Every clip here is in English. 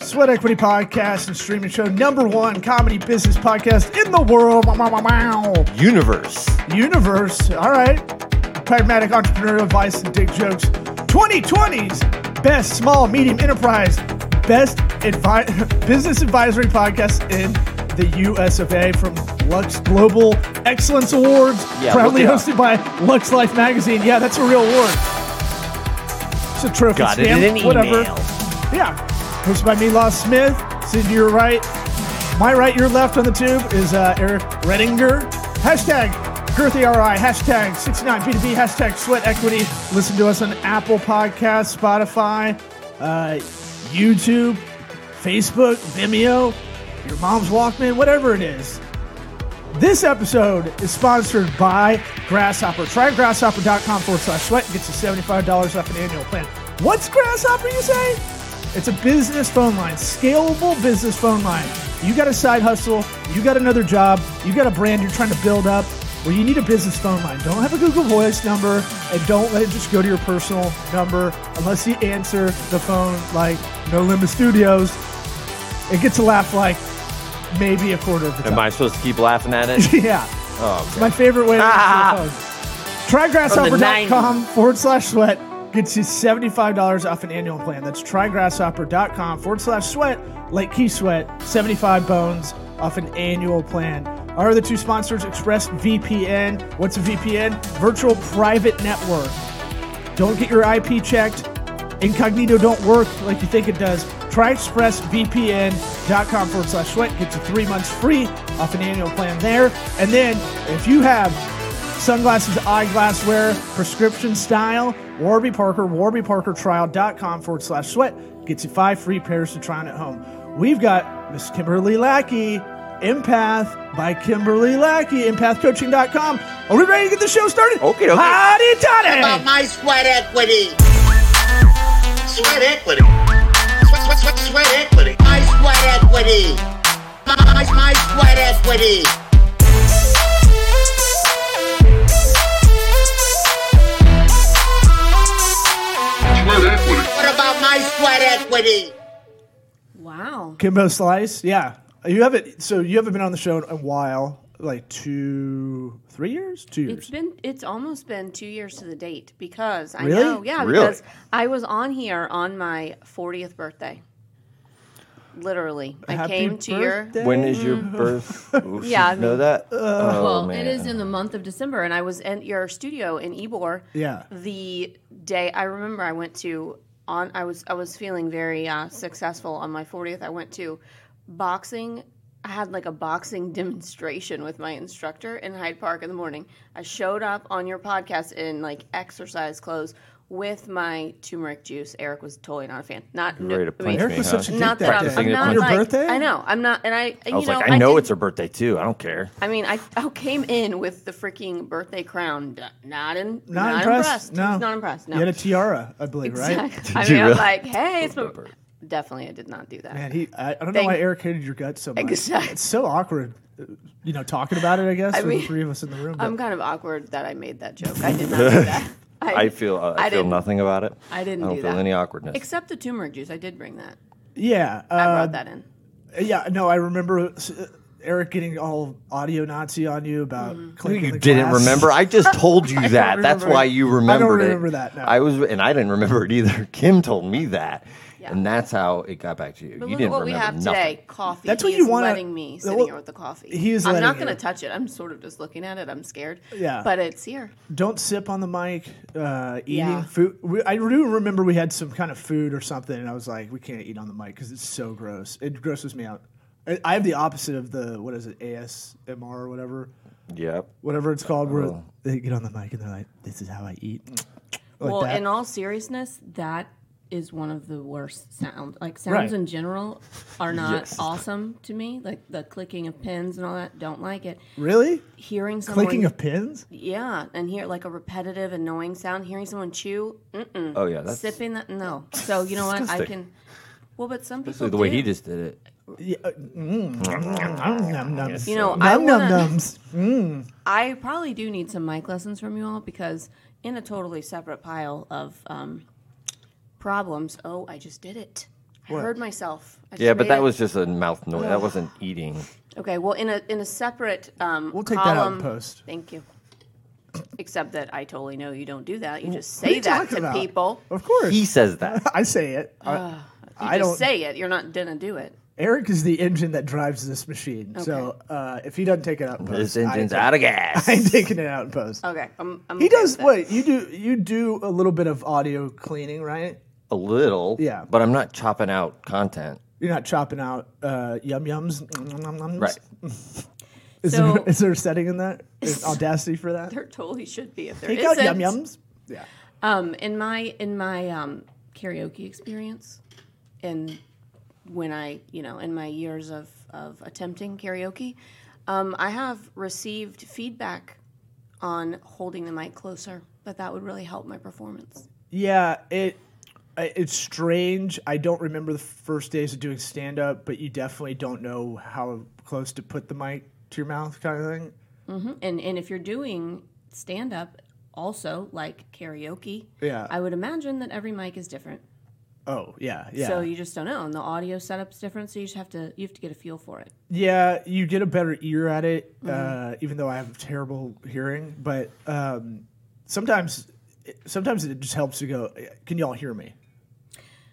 Sweat Equity Podcast and streaming show number one comedy business podcast in the world. Wow, wow, wow, wow. Universe. Universe. All right. Pragmatic entrepreneurial advice and dick jokes. 2020's best small medium enterprise best advi- business advisory podcast in the U.S. of A. from Lux Global Excellence Awards, Yeah, proudly look hosted it by Lux Life Magazine. Yeah, that's a real award. It's a trophy Got it stamp, in an whatever. email. Yeah. Hosted by Milos Smith, sitting to your right. My right, your left on the tube is uh, Eric Redinger. Hashtag GirthyRI, hashtag 69B2B, hashtag sweat equity. Listen to us on Apple Podcasts, Spotify, uh, YouTube, Facebook, Vimeo, your mom's Walkman, whatever it is. This episode is sponsored by Grasshopper. Try grasshopper.com forward slash sweat and get you $75 off an annual plan. What's Grasshopper, you say? It's a business phone line, scalable business phone line. You got a side hustle, you got another job, you got a brand you're trying to build up. Well, you need a business phone line. Don't have a Google Voice number and don't let it just go to your personal number unless you answer the phone like No Limit Studios. It gets a laugh like maybe a quarter of the time. Am I supposed to keep laughing at it? Yeah. It's my favorite way to answer the phone. Trygrasshopper.com forward slash sweat gets you $75 off an annual plan. That's trygrasshopper.com forward slash sweat, Lake Key Sweat, 75 bones off an annual plan. Our other two sponsors, Express VPN. What's a VPN? Virtual Private Network. Don't get your IP checked. Incognito don't work like you think it does. Try expressvpn.com forward slash sweat. Get you three months free off an annual plan there. And then if you have sunglasses, eyeglass wear, prescription style, Warby Parker, warbyparkertrial.com forward slash sweat. Gets you five free pairs to try on at home. We've got Miss Kimberly Lackey, Empath by Kimberly Lackey, empathcoaching.com. Are we ready to get the show started? Okie dokie. Howdy, toddy. about my sweat equity. Sweat equity. Sweat, sweat, sweat, sweat equity. My sweat equity. My, my, my sweat equity. What about my sweat equity? Wow. Kimbo Slice, yeah. You haven't so you haven't been on the show in a while, like two, three years, two years. It's been it's almost been two years to the date because I Really? know, yeah, Really? because I was on here on my fortieth birthday. Literally. I Happy came to birthday. your When is your birth? Oops, Yeah, I you know mean- that? oh, Well, man. it is in the month of December, and and I was at your studio in Ybor Yeah. the day I remember I went to on I was I was feeling very uh, successful on my 40th I went to boxing I had like a boxing demonstration with my instructor in Hyde Park in the morning. I showed up on your podcast in like exercise clothes with my turmeric juice. Eric was totally not a fan. Not no, Ready to I mean, punch Eric me, was huh? such a dick not that that day. I'm, Singing I'm not on your like, birthday. I know. I'm not and I I was you know, like, I know did- it's her birthday too. I don't care. I mean, I, I came in with the freaking birthday crown. d- Not in, Not, impressed. No, not impressed. No, You had a tiara, I believe, right? Exactly. I you mean, I was really? like, hey, it's my definitely. I did not do that. Man, he. I, I don't know Thank- why Eric hated your guts so much. Exactly. It's so awkward, uh, you know, talking about it. I guess with the mean, three of us in the room. but- I'm kind of awkward that I made that joke. I did not do that. I feel uh, I, I feel didn't- nothing about it. I didn't I don't do feel that. any awkwardness. Except the turmeric juice. I did bring that. yeah. I Uh, brought that in. yeah. No, I remember uh, Eric getting all audio Nazi on you about. Mm-hmm. clinking you the didn't glass. remember. I just told you that. That's remember why it. you I don't remembered it. remember that, no. I was, and I didn't remember it either. Kim told me that, Yeah. and that's how it got back to you. But you look didn't at what we remember have nothing. today. Coffee. That's he what you is wanna- letting me sitting well, here with the coffee. he is I'm letting not going you. to touch it. I'm sort of just looking at it. I'm scared. Yeah. But it's here. don't sip on the mic. Uh, eating Yeah. food. We, I do remember we had some kind of food or something, and I was like, we can't eat on the mic because it's so gross. It grosses me out. I, I have the opposite of the what is it ASMR or whatever, Yep. whatever it's called, where they get on the mic and they're like, "This is how I eat." Like well, that. in all seriousness, that is one of the worst sounds. Like sounds Right. in general are not Yes. awesome to me. Like the clicking of pins and all that, don't like it. really, Hearing someone clicking of pins. yeah, and hear like a repetitive, annoying sound. Hearing someone chew, mm-mm. Oh yeah, that's sipping that no. So you know what? I disgusting. can. Well, but some people the way do. he just did it. Yeah, uh, mm, nom, nom, nom. Yes. You know, I Nom nom wanna, noms. I probably do need some mic lessons from you all because in a totally separate pile of um, problems. Oh, I just did it. I heard myself. I just Yeah, but made that it. was just a mouth noise. That wasn't eating. okay. Well, in a in a separate um, We'll take that column, out in post. Thank you. Except that I totally know you don't do that. You just What are say you that talking to about? people. Of course. He says that. I say it. I, You I just don't. say it. You're not gonna do it. Eric is the engine that drives this machine. So uh, if he doesn't take it out, in This post, I engine's take- out of gas. I'm taking it out in post. Okay. I'm, I'm He Oh, okay does. with that. Wait, you do you do a little bit of audio cleaning, right? A little. Yeah. But I'm not chopping out content. You're not chopping out uh, yum yums. Right. Is, So- there, is there a setting in that? Is Audacity for that? There totally should be if there Take out isn't. yum yums. Yeah. Um, in my in my um, karaoke experience, and when I you know in my years of of attempting karaoke, um, I have received feedback on holding the mic closer that that would really help my performance. Yeah, it I- it's strange. I don't remember the first days of doing stand up, but you definitely don't know how close to put the mic to your mouth, kind of thing. Mm-hmm. And and if you're doing stand up, also like karaoke, Yeah. I would imagine that every mic is different. Oh, yeah, yeah. So you just don't know, and the audio setup's different. So you just have to you have to get a feel for it. yeah, you get a better ear at it, Mm-hmm. uh, even though I have terrible hearing. But um, sometimes, sometimes it just helps to go. Can y'all hear me?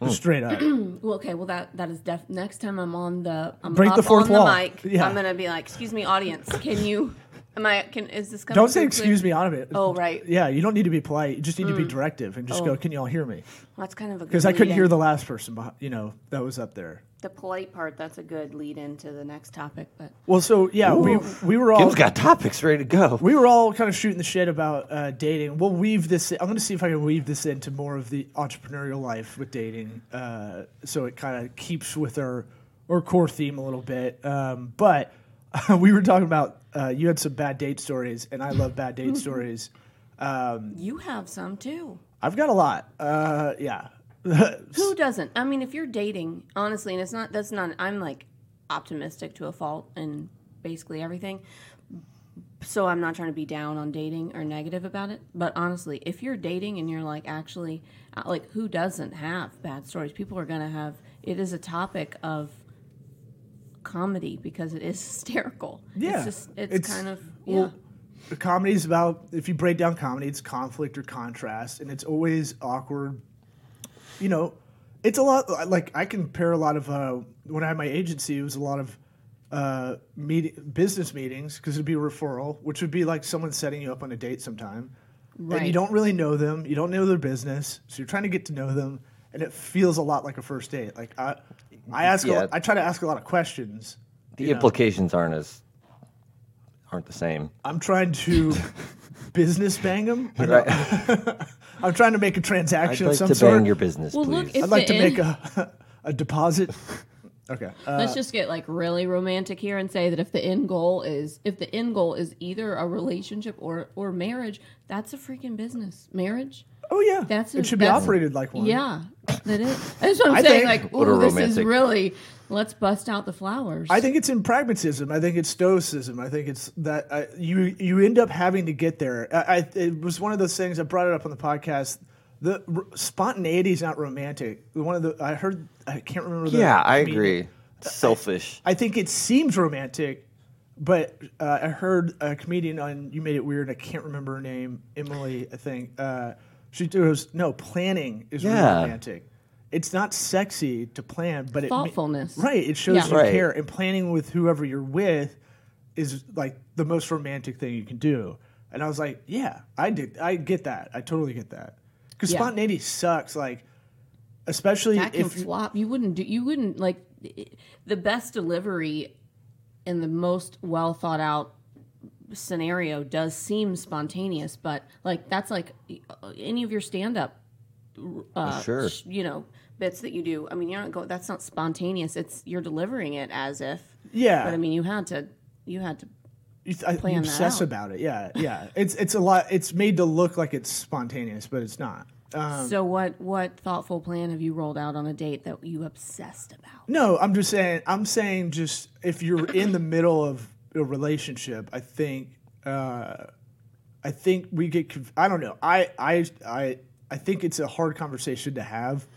Just straight up. Well, okay. Well, that that is def. Next time I'm on the I'm Break up the fourth on wall. the mic. Yeah. I'm gonna be like, excuse me, audience. Can you? Am I? Can is this coming? don't say through excuse clear?" me out of it. Oh, right. Mm. Oh. Yeah, you don't need to be polite. You just need to be directive and just go. Can y'all hear me? Well, that's kind of a good Because I couldn't lead-in. hear the last person, behind, you know, that was up there. the polite part. That's a good lead into the next topic. But Well, so yeah, we we were all Kim's got topics ready to go. we were all kind of shooting the shit about uh, dating. We'll weave this. I'm going to see if I can weave this into more of the entrepreneurial life with dating, uh, so it kind of keeps with our our core theme a little bit. Um, but we were talking about uh, you had some bad date stories, and I love bad date stories. you have some too. I've got a lot. Uh, yeah, Who doesn't? I mean, if you're dating, honestly, and it's not that's not. I'm like optimistic to a fault in basically everything. So I'm not trying to be down on dating or negative about it. But honestly, if you're dating and you're like actually uh, like who doesn't have bad stories? People are gonna have. It is a topic of comedy because it is hysterical. Yeah. it's just it's, It's- kind of yeah. well, The comedy is about if you break down comedy, it's conflict or contrast, and it's always awkward. You know, it's a lot like I compare a lot of uh, when I had my agency, it was a lot of uh, meet, business meetings because it'd be a referral, which would be like someone setting you up on a date sometime, and you Right. don't really know them, you don't know their business, so you're trying to get to know them, and it feels a lot like a first date. Like I, I ask, a Yeah. lot, I try to ask a lot of questions. The implications aren't as aren't the same. I'm trying to business bang them. Right. I'm trying to make a I'd transaction like of to some bang sort. your business, Well, look, please. if- I'd like to in- make a a deposit. Okay. Uh, Let's just get like really romantic here and say that if the end goal is if the end goal is either a relationship or or marriage, that's a freaking business. Marriage. oh yeah, That's a- it. Should be that's- operated like one. Yeah, that is. That's what I'm I saying. think- like, What a ooh, this is romantic- really. Let's bust out the flowers. I think it's in pragmatism. I think it's stoicism. I think it's that uh, you you end up having to get there. I, I, it was one of those things I brought it up on the podcast. The r- spontaneity is not romantic. One of the I heard I can't remember. The yeah, I comedian. agree. Selfish. I think it seems romantic, but uh, I heard a comedian on You Made It Weird. I can't remember her name, Emily. I think uh, she goes, "No, planning is really Yeah. romantic. It's not sexy to plan, but it ma- Thoughtfulness. right? It shows Yeah. you Right. care, and planning with whoever you're with is like the most romantic thing you can do." And I was like, "Yeah, I did. I get that. I totally get that. Because Yeah. spontaneity sucks. Like, especially that can if you- flop. You wouldn't do. You wouldn't like the best delivery and the most well thought out scenario does seem spontaneous, but like that's like uh, any of your stand up, uh, Uh, sure. you know, bits that you do. I mean, you're not go. That's not spontaneous. It's you're delivering it as if. yeah, But I mean, you had to. You had to. you, th- I- you plan that obsess out. about it. Yeah, yeah. It's it's a lot. It's made to look like it's spontaneous, but it's not. Uh, so what? What thoughtful plan have you rolled out on a date that you obsessed about? no, I'm just saying. I'm saying just if you're in the middle of a relationship, I think uh, I think we get. Conf- I don't know. I I I I think it's a hard conversation to have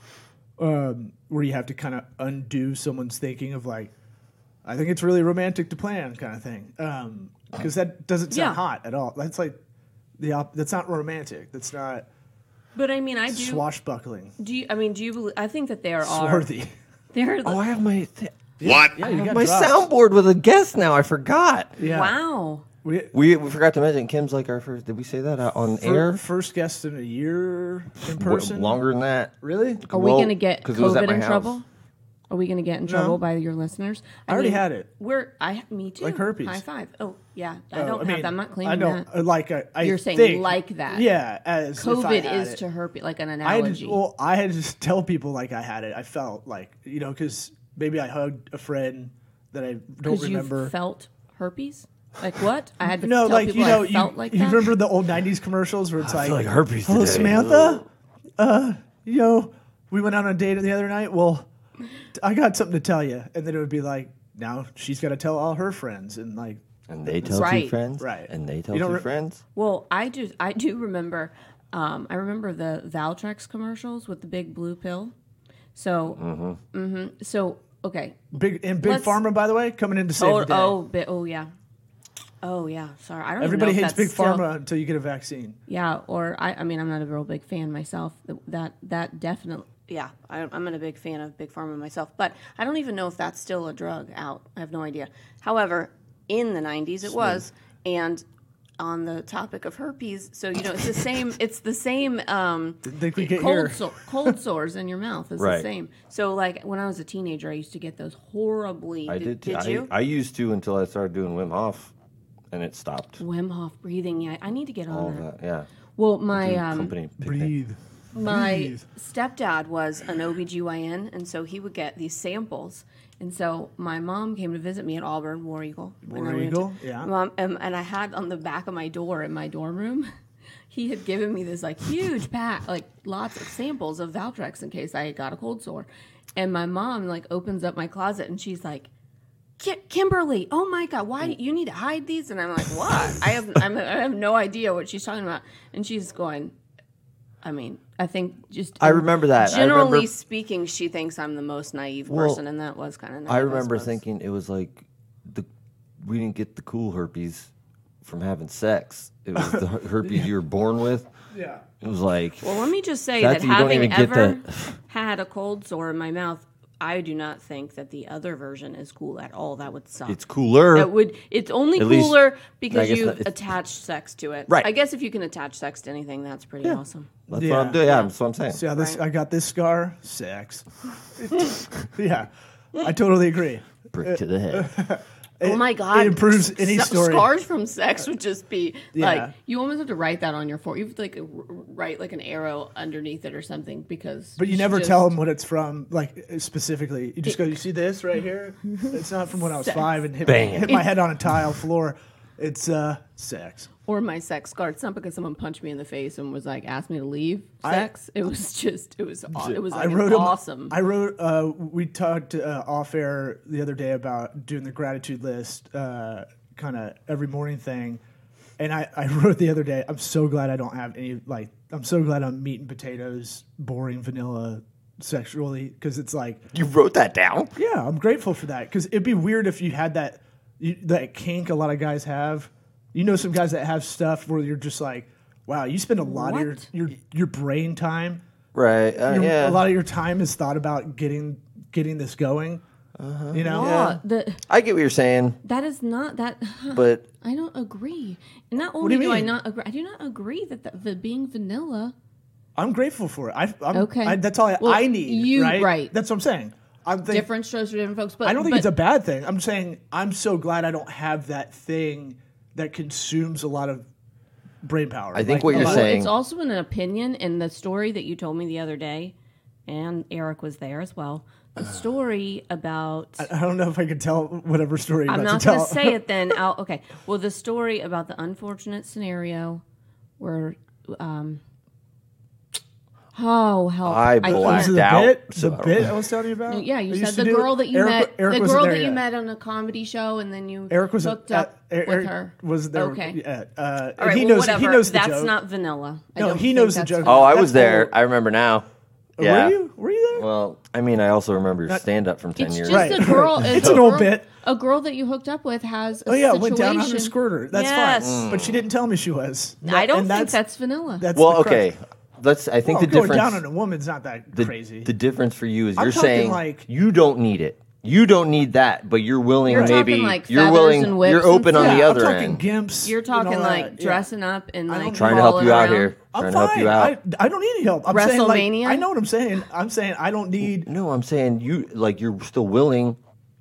um, where you have to kind of undo someone's thinking of like, I think it's really romantic to plan kind of thing. Because that doesn't sound Yeah. hot at all. That's like the op- that's not romantic. That's not But I mean, I do. swashbuckling, do you? I mean, do you? Believe, I think that there are. swarthy. There. Are, Oh, I have my th- What? Yeah, you got my dropped. soundboard with a guest now. I forgot. Yeah. Wow. We, We, we forgot to mention Kim's like our first. Did we say that out on fir- air? first guest in a year in W- person. Longer than that. Really? Are Well, we gonna get 'cause it was at COVID my in house. trouble? Are we gonna get in trouble by your listeners? I, already had it. We're I me too. Like herpes. High five. Oh yeah, I Oh, don't mean, have that. I'm not claiming I don't that. like. I, I You're saying think- like that. Yeah. As if I COVID had is it. to herpes like an I had to, analogy. well, I had to just tell people like I had it. I felt like you know because maybe I hugged a friend that I don't Because you remember. felt herpes. Like what? I had to no, tell like people you know, I you, felt like you that. remember the old '90s commercials where it's like, feel like herpes "Hello, today." Samantha. Uh, you know, we went out on a date the other night. Well, t- I got something to tell you, and then it would be like, now she's got to tell all her friends, and like, And they tell two Right. friends. Right. And they tell You don't two re- friends. Well, I do. I do remember. Um, I remember the Valtrex commercials with the big blue pill. So, Mm-hmm. mhm. so okay. big and big Let's- pharma, by the way, coming in to save Oh, the day. oh, bi- oh, yeah. Oh yeah. Sorry, I don't. Everybody even know hates if big that's still- pharma until you get a vaccine. Yeah, or I. I mean, I'm not a real big fan myself. Th- That that definitely. yeah, I, I'm not a big fan of Big Pharma myself, but I don't even know if that's still a drug out. I have no idea. However, in the 90s it was, and on the topic of herpes, so you know it's the same. It's the same. Um, They could get Cold, here. so- cold sores in your mouth is Right. the same. So, like when I was a teenager, I used to get those horribly. I did. I, you? I used to until I started doing Wim Hof, and it stopped. Wim Hof breathing. Yeah, I need to get on All that. that. Yeah. Well, my Doing um, company picnic. Breathe. my Jeez. stepdad was an OBGYN, and so he would get these samples. And so my mom came to visit me at Auburn, War Eagle. when I War went Eagle, to- yeah. Mom, and, and I had on the back of my door in my dorm room, he had given me this like huge pack, like lots of samples of Valtrex in case I got a cold sore. And my mom like opens up my closet and she's like, Ki- Kimberly, oh my God, why Mm. do you need to hide these? And I'm like, what? I have I'm, I have no idea what she's talking about. And she's going, I mean, I think just I remember that. I generally remember- speaking, she thinks I'm the most naive Well, person, and that was kind of. I remember thinking it was like the we didn't get the cool herpes from having sex. It was the her- herpes you were born with. Yeah. It was like Well, let me just say That's- that, you don't having even get ever the- had a cold sore in my mouth, I do not think that the other version is cool at all. That would suck. it's cooler. that would it's only At least- cooler I because guess you not- have it's- attached sex to it. Right. I guess if you can attach sex to anything, that's pretty awesome. that's Yeah. what I'm doing. Yeah, that's what I'm saying. See how this? I got this scar. Sex. yeah, I totally agree. Brick to the head. oh my god, it improves any s- story. Scars from sex would just be Yeah. like You almost have to write that on your forehead. You have to like r- write like an arrow underneath it or something because. But you should never just- tell them what it's from, like specifically. You just go, you see this right here? It's not from when I was five and hit, Bang. hit my head on a tile floor. It's uh, sex. Or my sex scar. It's not because someone punched me in the face and was like asked me to leave. Sex. it was just. It was. aw- It was like I wrote 'em- awesome. I wrote. Uh, we talked uh, off air the other day about doing the gratitude list, uh, kind of every morning thing. And I, I wrote the other day. I'm so glad I don't have any like. I'm so glad I'm meat and potatoes, boring vanilla, sexually, because it's like You wrote that down. Yeah, I'm grateful for that because it'd be weird if you had that you, that kink. A lot of guys have. You know, some guys that have stuff where you're just like, wow, you spend a lot of What? your your your brain time. Right. Uh, Your, A yeah. lot of your time is thought about getting getting this going. Uh-huh. You know, Aw, the- I get what you're saying, that is not that. but I don't agree. And not do only you do, I mean? not agree, I do not agree that the, the being vanilla. I'm grateful for it. I, I'm, Okay. I, that's all I, Well, I need. you- right? right. That's what I'm saying. I'm think, Different strokes for different folks, but I don't think but it's a bad thing. I'm saying I'm so glad I don't have that thing that consumes a lot of brain power. I think what a you're lot of- saying- It's also an opinion, and the story that you told me the other day, and Eric was there as well. The story about I don't know if I can tell whatever story you're I'm about not to tell. going to say it then. I'll, okay. Well, the story about the unfortunate scenario where, um, oh help! I can't. blacked the out. bit, So the I don't bit know. I was telling you about. Yeah, you I used to said the do- girl that you Eric- met, Eric the wasn't girl there that you yet. met on a comedy show, and then you Eric was hooked uh, up Eric with her. Was there? Okay. Yeah, uh, All right, he well, knows. whatever. He knows the that's joke. not vanilla. I No, don't he think knows the that's joke. oh, I was That's there. old. I remember now. Were Yeah. you? Were you there? Well, I mean, I also remember your stand up from 10 It's years just ago. Right. a girl. It's a an old girl- bit. A girl that you hooked up with has. A Oh yeah, situation. went down on her squirter. That's Yes. fine, but she didn't tell me she was. I don't and think that's vanilla. that's Well, the crux. okay. Let's. I think Well, the going difference. down on a woman's not that the, crazy. the difference for you is I'm you're talking saying like- you don't need it. You don't need that, but you're willing. You're maybe talking like you're feathers willing. and whips you're and open on stuff. yeah, the other I'm talking end. gimps. You're and all talking that, like yeah. dressing up and don't like know. trying to help rolling you out around. here. I'm fine. trying to help you out. I, I don't need any help. I'm saying like WrestleMania? I know what I'm saying. I'm saying I don't need. no, I'm saying you like you're still willing.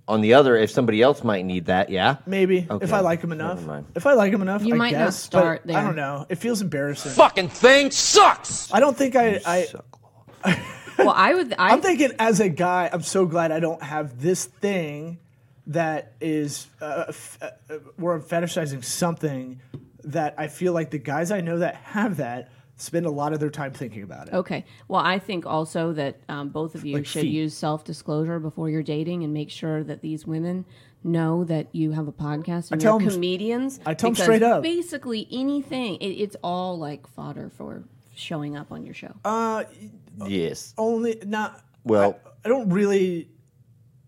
On the other, if somebody else might need that, yeah. Maybe if Okay, I like him enough. never mind. If I like him enough, You I might not guess, but start there. I don't know. It feels embarrassing. fucking thing sucks. I don't think I. I Well, I would. I, I'm thinking as a guy, I'm so glad I don't have this thing that is uh, f- uh, uh, where I'm fetishizing something that I feel like the guys I know that have that spend a lot of their time thinking about it. Okay. Well, I think also that um, both of you Like should feet. use self disclosure before you're dating and make sure that these women know that you have a podcast and tell you're 'em- comedians. I tell 'em because straight up. Basically, anything. It, it's all like fodder for showing up on your show. Uh, Yes. Only not. Well, I don't really.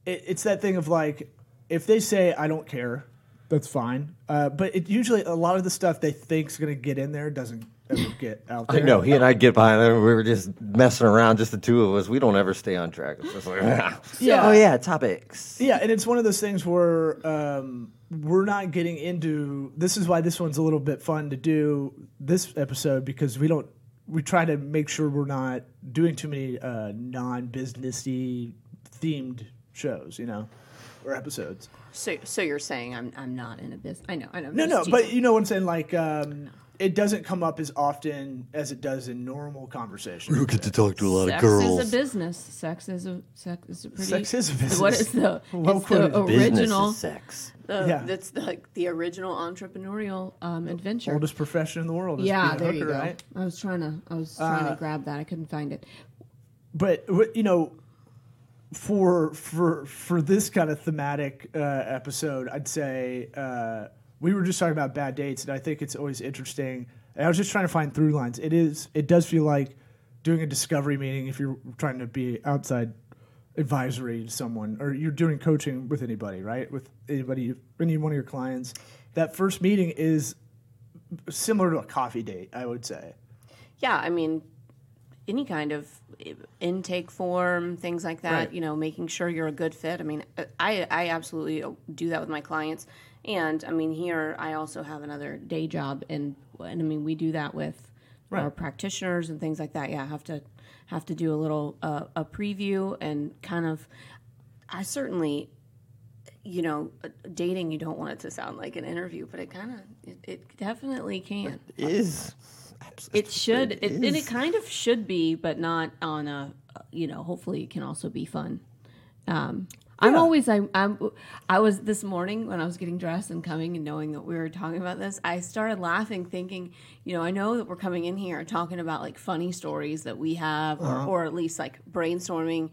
It, it's that thing of like, if they say I don't care, that's fine. Uh, but it usually a lot of the stuff they think's gonna get in there doesn't ever get out I there. know he and I get behind him. We were just messing around, just the two of us. We don't ever stay on track. It's just like, Yeah. Oh yeah, topics. Yeah, and it's one of those things where um, we're not getting into. This is why this one's a little bit fun to do this episode because we don't. We try to make sure we're not doing too many uh, non-businessy themed shows, you know, or episodes. So, so you're saying I'm I'm not in a business. I know. I know. No, just no, but teasing. you know what I'm saying. Like, um, it doesn't come up as often as it does in normal conversation. You get to talk to a lot sex of girls. is a business. Sex is a sex is a pretty. Sex is a What business. is the Well it's quoted. the Business original is sex. The, Yeah. That's the, like the original entrepreneurial. um, adventure? Oldest profession in the world. Is Yeah, being a there you hooker, go. Right? Uh, I was trying to I was trying to grab that. I couldn't find it. but w- you know for for for this kind of thematic uh, episode i'd say uh, we were just talking about bad dates and i think it's always interesting and i was just trying to find through lines it is it does feel like doing a discovery meeting if you're trying to be outside advisory to someone or you're doing coaching with anybody right with anybody any one of your clients that first meeting is similar to a coffee date i would say Yeah, I mean, any kind of intake form, things like that. You know, making sure you're a good fit. I mean, uh, I I absolutely uh, do that with my clients, and I mean here I also have another Day job and and I mean we do that with our practitioners and things like that. Yeah, have to have to do a little uh, a preview and kind of I certainly, you know, uh, dating, you don't want it to sound like an interview, but it kind of, it, it, definitely can. Is It should it, and it kind of should be, but not on a you know. Hopefully, it can also be fun. Um, I'm always I I'm I was this morning when I was getting dressed and coming and knowing that we were talking about this, I started laughing, thinking, you know, I know that we're coming in here and talking about like funny stories that we have, or, or at least like brainstorming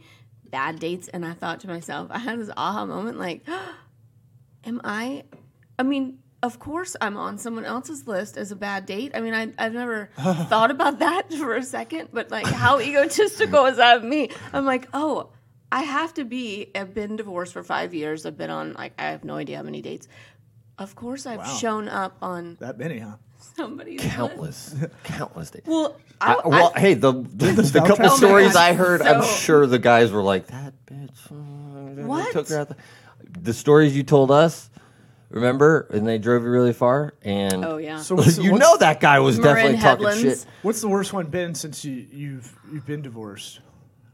bad dates. And I thought to myself, I had this aha moment, like, am I, I mean, of course I'm on someone else's list as a bad date. I mean, I, I've never thought about that for a second, but like, how egotistical is that of me? I'm like, oh, I have to be, I've been divorced for five years. I've been on, like, I have no idea how many dates. Of course I've shown up on that many huh somebody's list. countless, countless days. Well, I, I, Uh, well, hey, the the, the couple Oh my stories God. I heard, I'm So- sure the guys were like, "That bitch." mm, they What? Took her out the, the stories you told us, remember? And they drove you really far. And oh yeah. so what's- you what's- know that guy was Marin definitely talking Headlands. shit. What's the worst one been since you, you've you've been divorced?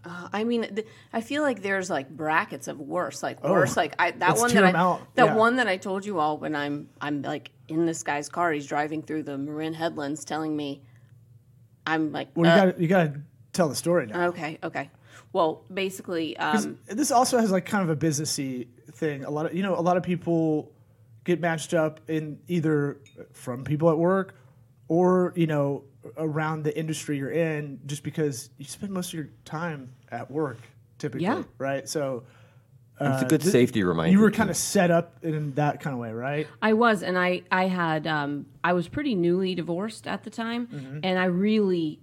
I mean, th- I feel like there's like brackets of worse, like Oh, worse, like I, that let's one tear that I, 'em out. that Yeah. one that I told you all when I'm I'm like in this guy's car, he's driving through the Marin Headlands, telling me, I'm like, Well, uh, you got you got to tell the story now. okay, okay. Well, basically, um, this also has like kind of a businessy thing. A lot of you know, a lot of people get matched up in either from people at work or you know around the industry you're in, just because you spend most of your time at work typically, Yeah. right? So It's a good Uh, safety reminder. you were kind of set up in that kind of way, right? I was, and I I had um I was pretty newly divorced at the time, and I really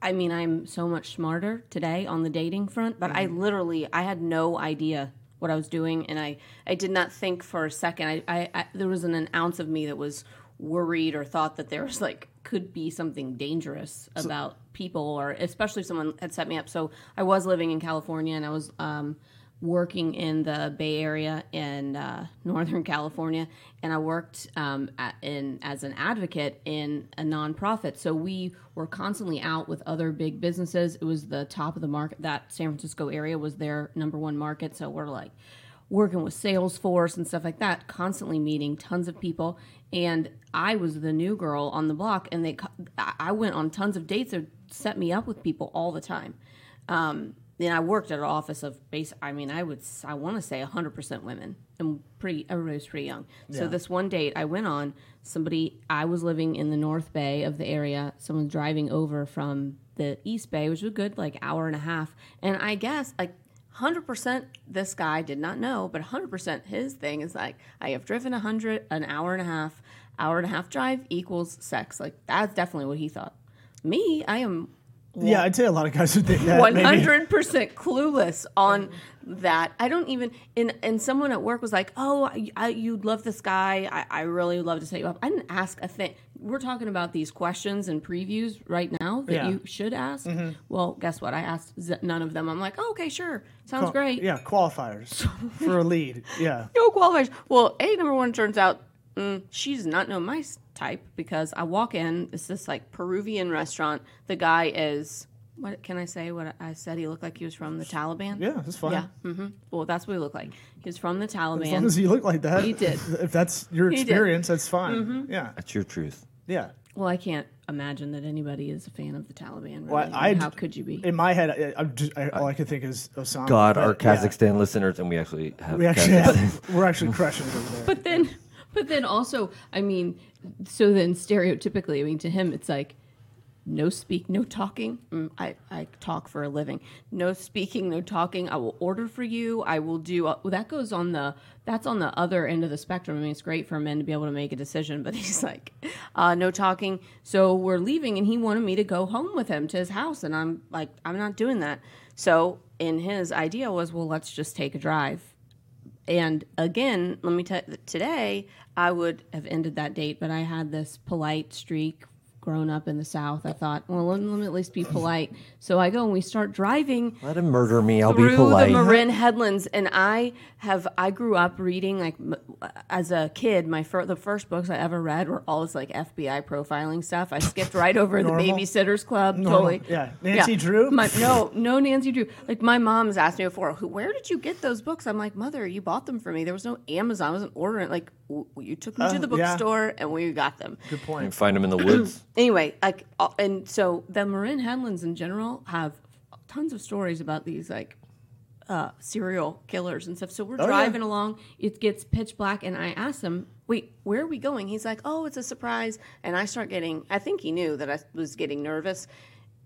I mean, I'm so much smarter today on the dating front, but I literally I had no idea what I was doing, and I I did not think for a second. I, I, I there wasn't an ounce of me that was worried or thought that there was like could be something dangerous about people or especially if someone had set me up. So I was living in California and I was um, working in the Bay Area in uh, Northern California, and I worked um, at, in as an advocate in a nonprofit. So we were constantly out with other big businesses. It was the top of the market. That San Francisco area was their number one market. So we're like working with Salesforce and stuff like that, constantly meeting tons of people. And I was the new girl on the block, and they co- I I went on tons of dates. They set me up with people all the time and I worked at an office of base. I mean, I would s- I want to say hundred percent women and pretty everybody was pretty young. So this one date I went on, somebody I was living in the North Bay of the area. Someone's driving over from the East Bay, which was a good like hour and a half. And I guess like hundred percent this guy did not know, but hundred percent his thing is like I have driven a hundred an hour and a half, hour and a half drive equals sex. Like that's definitely what he thought. Me, I am Yeah, I'd say a lot of guys would think that. one Uh, maybe. hundred percent clueless on that. I don't even. And and someone at work was like, "Oh, I, I, you love this guy. I, I really would love to set you up." I didn't ask a thing. We're talking about these questions and previews right now that Yeah. Mm-hmm. you should ask. Well, guess what? I asked z- none of them. I'm like, oh, "Okay, sure, sounds Qual- great." Yeah, qualifiers for a lead. Yeah. No qualifiers. Well, a number one turns out mm, she does not know my s- type because I walk in. It's this like Peruvian restaurant. The guy is. What can I say? What I said? He looked like he was from the Taliban. Yeah, that's fine. Yeah. hmm Well, that's what he looked like. He was from the As long as Taliban. you look like that. He did. If that's your did. Mm-hmm. experience, that's fine. Yeah. That's your truth. Yeah. Well, I can't imagine that anybody is a fan of the Taliban. Really. Well, I- how could you be? In my head, I, I'm just, I, all I could think is Osama. God, but our yeah. Kazakhstan listeners, and we actually have. We actually Kazakhstan. have, we're actually crushing it over there. but then, but then also, I mean, so then stereotypically, I mean, to him, it's like no speak, no talking. Mm, I, I talk for a living. No speaking, no talking. I will order for you. I will do. uh, well, that goes on the that's on the other end of the spectrum. I mean, it's great for men to be able to make a decision, but he's like, uh, no talking. So we're leaving, and he wanted me to go home with him to his house, and I'm like, I'm not doing that. So in his idea was, well, let's just take a drive. And again, let me tell today I would have ended that date, but I had this polite streak grown up in the South. I thought, well, let, let me at least be polite. So I go and we start driving Let him murder me. I'll through be polite. the Marin Headlands, and I have I grew up reading like m- as a kid. My fir- the first books I ever read were all this like FBI profiling stuff. I skipped right over the Normal. Babysitters Club. Totally, Yeah. Nancy Drew? My, no, no, Nancy Drew. Like my mom's asked me before, "Who- where did you get those books? I'm like, Mother, you bought them for me. There was no Amazon. I wasn't ordering. it. Like w- you took me Oh, to the yeah. bookstore, and we got them Good point. and find him in the woods. anyway, like, uh, and so the Marin Headlands in general have tons of stories about these like uh, serial killers and stuff. So we're yeah. driving along, it gets pitch black, and I ask him, "Wait, where are we going?" He's like, "Oh, it's a surprise," and I start getting. I think he knew that I was getting nervous.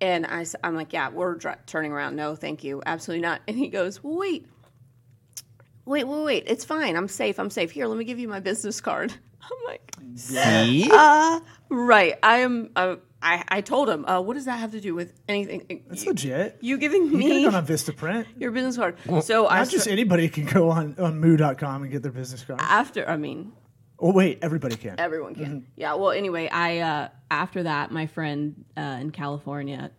And I, am like, yeah, we're dr- turning around. No, thank you. Absolutely not. And he goes, well, wait, wait, wait, wait. It's fine. I'm safe. I'm safe. Here, let me give you my business card. I'm like, See? Right. I am. Uh, I I told him. Uh, what does that have to do with anything? It's you, legit. you giving You could me have gone on Vistaprint. your business card. So I Not just start- anybody can go on, on moo.com and get their business card. after. I mean, Oh, wait, everybody can. everyone can. Yeah. Well, anyway, I uh, after that, my friend uh, in California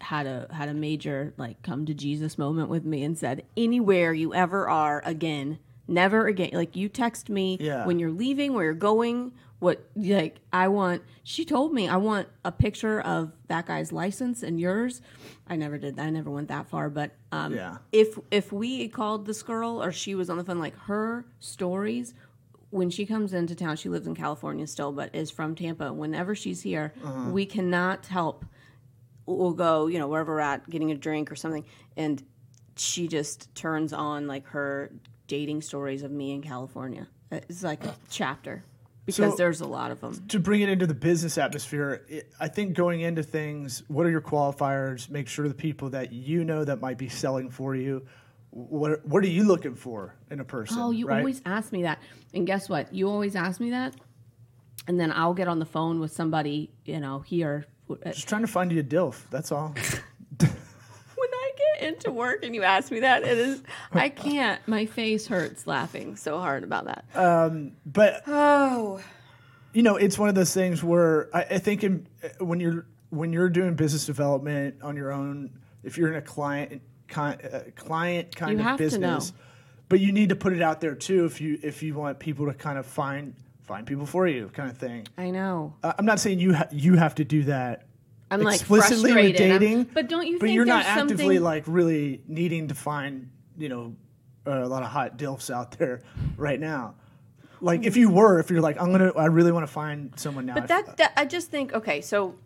had a had a major like come to Jesus moment with me and said, anywhere you ever are again, never again. Like you text me Yeah. when you're leaving, where you're going. What like I want? She told me I want a picture of that guy's license and yours. I never did. that. I never went that far, but um, Yeah. if if we called this girl or she was on the phone like her stories when she comes into town she lives in california still but is from tampa whenever she's here we cannot help we'll go you know wherever we're at getting a drink or something and she just turns on like her dating stories of me in california it's like a chapter because So- there's a lot of them to bring it into the business atmosphere, it, I think going into things, what are your qualifiers? Make sure the people that you know that might be selling for you, what what are you looking for in a person? Oh, you right? always ask me that. And guess what? You always ask me that. And then I'll get on the phone with somebody, you know, here when Just trying to find you a DILF. That's all. I get into work and you ask me that, it is I can't. My face hurts laughing so hard about that. But Oh, you know, it's one of those things where I, I think in, when you're when you're doing business development on your own, if you're in a client con, uh, client kind You of have to business, know. but you need to put it out there too if you if you want people to kind of find find people for you kind of thing. I know. Uh, I'm not saying you ha- you have to do that. I'm like explicitly with frustrated. I'm- dating, but don't you But think you're not there's something- actively like really needing to find you know a lot of hot dilfs out there right now. Like if you were, if you're like I'm gonna, I really want to find someone now. I but f- that, that I just think okay. So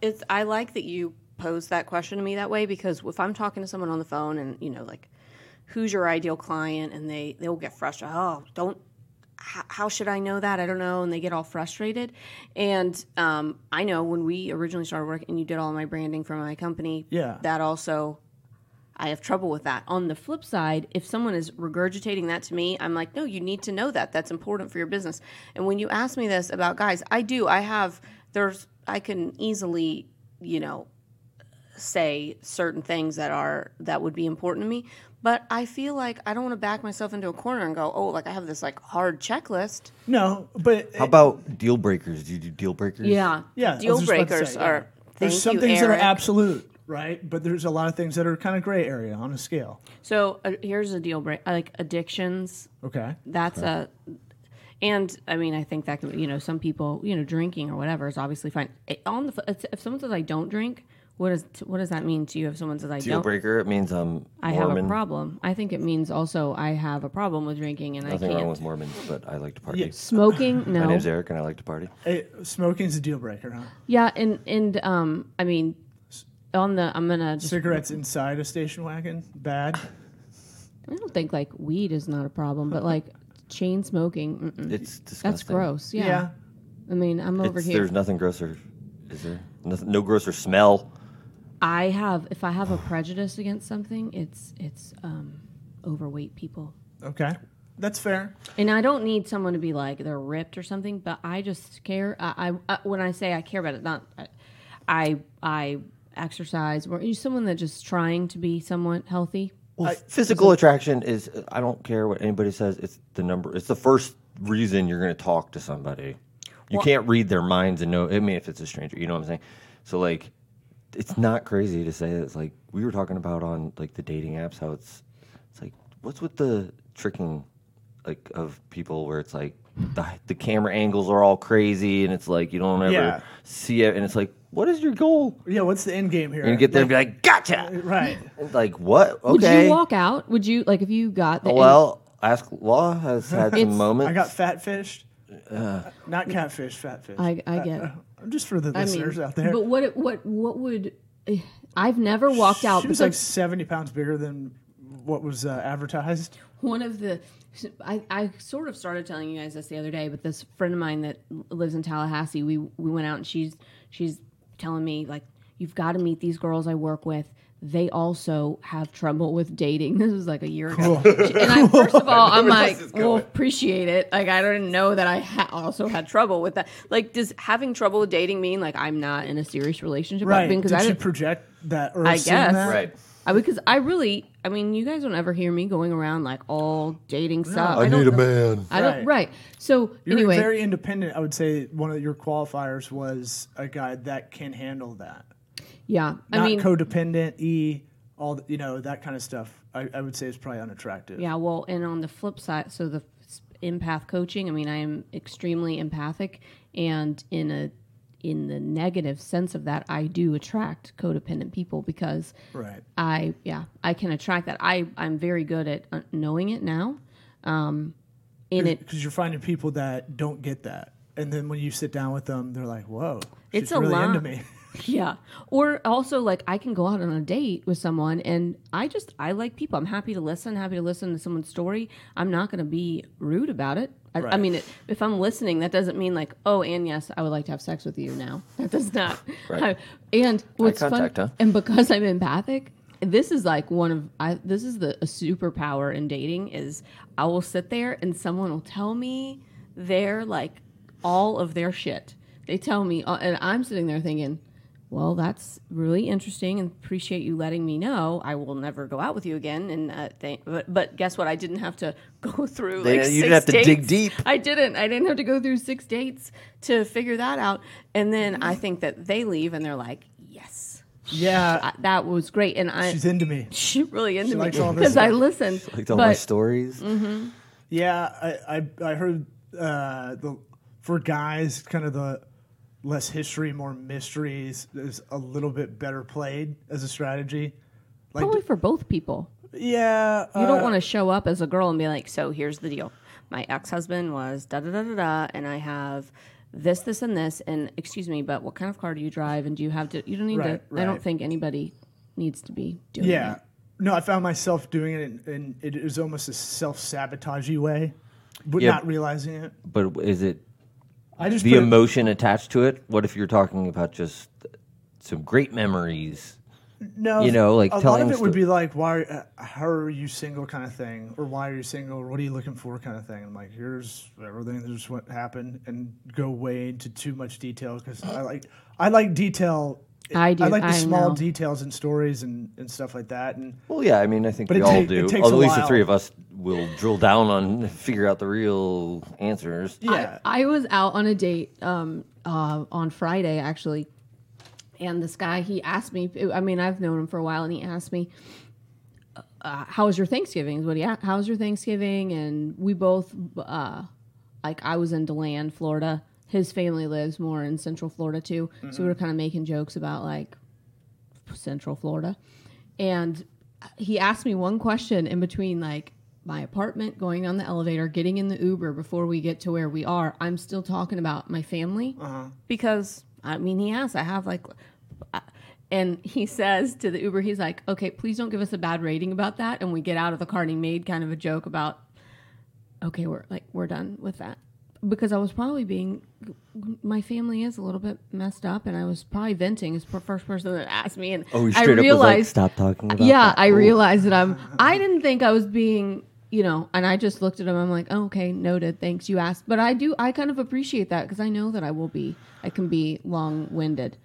it's I like that you pose that question to me that way because if I'm talking to someone on the phone and you know like who's your ideal client and they they'll get frustrated. Oh, don't. How, how should I know that? I don't know, and they get all frustrated. And um, I know when we originally started working, and you did all my branding for my company. Yeah. that also I have trouble with that. on the flip side, if someone is regurgitating that to me, I'm like, no, you need to know that. That's important for your business. And when you ask me this about guys, I do. I have, there's, I can easily, you know, say certain things that are, that would be important to me. But I feel like I don't want to back myself into a corner and go, oh, like I have this like hard checklist. no, but eh, How about deal breakers? Do you do deal breakers? yeah, yeah, I was deal just about to breakers yeah. are- There's thank some you, things that Eric. are absolute, right? But there's a lot of things that are kind of gray area on a scale. So uh, here's a deal break, like addictions. Okay, That's a, and I mean, I think that can, you know, some people, you know, drinking or whatever is obviously fine. It- on the, f- if someone says I don't drink, what is what does that mean to you? If someone says I Deal don't, breaker. It means I'm I have Mormon. a problem. I think it means also I have a problem with drinking and I Nothing can't wrong with Mormons, but I like to party. smoking. No, My name's Eric, and I like to party. Hey, Eh, smoking's a deal breaker, huh? yeah, and and um, I mean, on the I'm gonna just Cigarettes inside a station wagon, bad. I don't think like weed is not a problem, but like chain smoking, mm-mm, It's disgusting. that's gross. Yeah. Yeah, I mean, I'm over It's- here. there's nothing grosser. Is there? Nothing, no grosser smell. I have if I have a prejudice against something, it's it's um, overweight people. okay, that's fair. And I don't need someone to be like they're ripped or something, but I just care. I, I, I when I say I care about it, not I I exercise or you someone that just trying to be somewhat healthy. Well, physical attraction is. I don't care what anybody says. It's the number. It's the first reason you're going to talk to somebody. You can't read their minds and know. I mean, if it's a stranger, you know what I'm saying. So like, it's not crazy to say that. It's like we were talking about on like the dating apps. How it's, it's like what's with the tricking, like of people where it's like the the camera angles are all crazy and it's like you don't ever Yeah. see it and it's like what is your goal? Yeah, what's the end game here? And you get there and be like, gotcha. right. Like what? Would Okay. you walk out? Would you like if you got the Well, Ask Law has had some It's- moments. I got fat fished. Not catfish, fat fish. I, I get it. Just for the I uh, listeners mean, out there. but what what what would eh, I've never walked out she was like because 70 pounds bigger than what was uh, advertised. one of the I, I sort of started telling you guys this the other day but this friend of mine that lives in tallahassee we we went out and she's she's telling me like you've got to meet these girls i work with they also have trouble with dating this was like a year ago and i first of all i'm like well appreciate it like i don't know that i ha- also had trouble with that Like, does having trouble with dating mean like I'm not in in a a serious relationship Right. because Did i she didn't project that or I assume guess. that? right. I because I really, I mean, you guys don't ever hear me going around like all dating stuff. I, I, need don't, a man. I don't. Right. Right. So You're anyway, very independent. I would say one of your qualifiers was a guy that can handle that. yeah. Not I mean, codependent, E, all, the, you know, that kind of stuff. I, I would say is probably unattractive. yeah. Well, and on the flip side, so the s- empath coaching. I mean, I am extremely empathic, and in a in the negative sense of that, I do attract codependent people because Right. I yeah, I can attract that. I I'm very good at uh, knowing it now. Um, in it, Because you're finding people that don't get that. And then when you sit down with them, they're like, whoa, she's It's a really into lot. me. Yeah. Or also like I can go out on a date with someone and I just I like people. I'm happy to listen, happy to listen to someone's story. I'm not going to be rude about it. I, I Right. mean, it, if I'm listening, that doesn't mean like, oh, and yes, I would like to have sex with you now. That does not. Right. I- and what's contact, fun, huh? and because I'm empathic, this is like one of I, this is the a superpower in dating is I will sit there and someone will tell me their like all of their shit. They tell me, uh, and I'm sitting there thinking, well, that's really interesting and appreciate you letting me know. I will never go out with you again. And uh, thank, but, but guess what? I didn't have to go through like Yeah, you didn't have six to dig dates. deep. I didn't. I didn't have to go through six dates to figure that out. And then I think that they leave and they're like, yes, Yeah, I, that was great. And I, she's into me. she really into me likes all this because I stuff. listened. Like all but my stories. Mm-hmm. Yeah, I I, I heard uh, the for guys kind of the less history, more mysteries is a little bit better played as a strategy. Like probably for both people. yeah, uh, You don't want to show up as a girl and be like, so here's the deal. My ex husband was da da da da da, and I have this, this, and this. And excuse me, but what kind of car do you drive? And do you have to, you don't need Right, to, I right. don't think anybody needs to be doing yeah. that. No, I found myself doing it, and, and it is almost a self sabotagey way, but Yeah. not realizing it. But is it I just the put it- emotion attached to it? What if you're talking about just some great memories? No, You know, like a lot telling of it would sto- be like, why, uh, how are you single, kind of thing, or why are you single, or what are you looking for, kind of thing. I'm like, here's everything that's what happened, and go way into too much detail because I like, I like detail. I do, I like the I small know. details and stories and, and stuff like that. And Well, yeah, I mean, I think But we it all take- do. it takes At a least the while. three of us will drill down on figure out the real answers. yeah, I was out on a date um, uh, on Friday, actually. And this guy, he asked me, I mean, I've known him for a while, and he asked me, uh, How was your Thanksgiving? Is what he asked, How was your Thanksgiving? And we both, uh, like, I was in DeLand, Florida. His family lives more in Central Florida, too. So we were kind of making jokes about, like, Central Florida. And he asked me one question in between, like, my apartment, going on the elevator, getting in the Uber before we get to where we are. I'm still talking about my family because, I mean, he asked, I have like, I- and he says to the Uber, he's like, okay, please don't give us a bad rating about that. And we get out of the car and he made kind of a joke about, okay, we're like, we're done with that. Because I was probably being, my family is a little bit messed up, and I was probably venting. Is the first person that asked me, and Oh, you I straight up was like, realized- stop talking about yeah, that. I Ooh. realized that I'm. I didn't think I was being, you know, and I just looked at him. I'm like, oh, okay, noted. Thanks, you asked. But I do. I kind of appreciate that because I know that I will be. I can be long winded.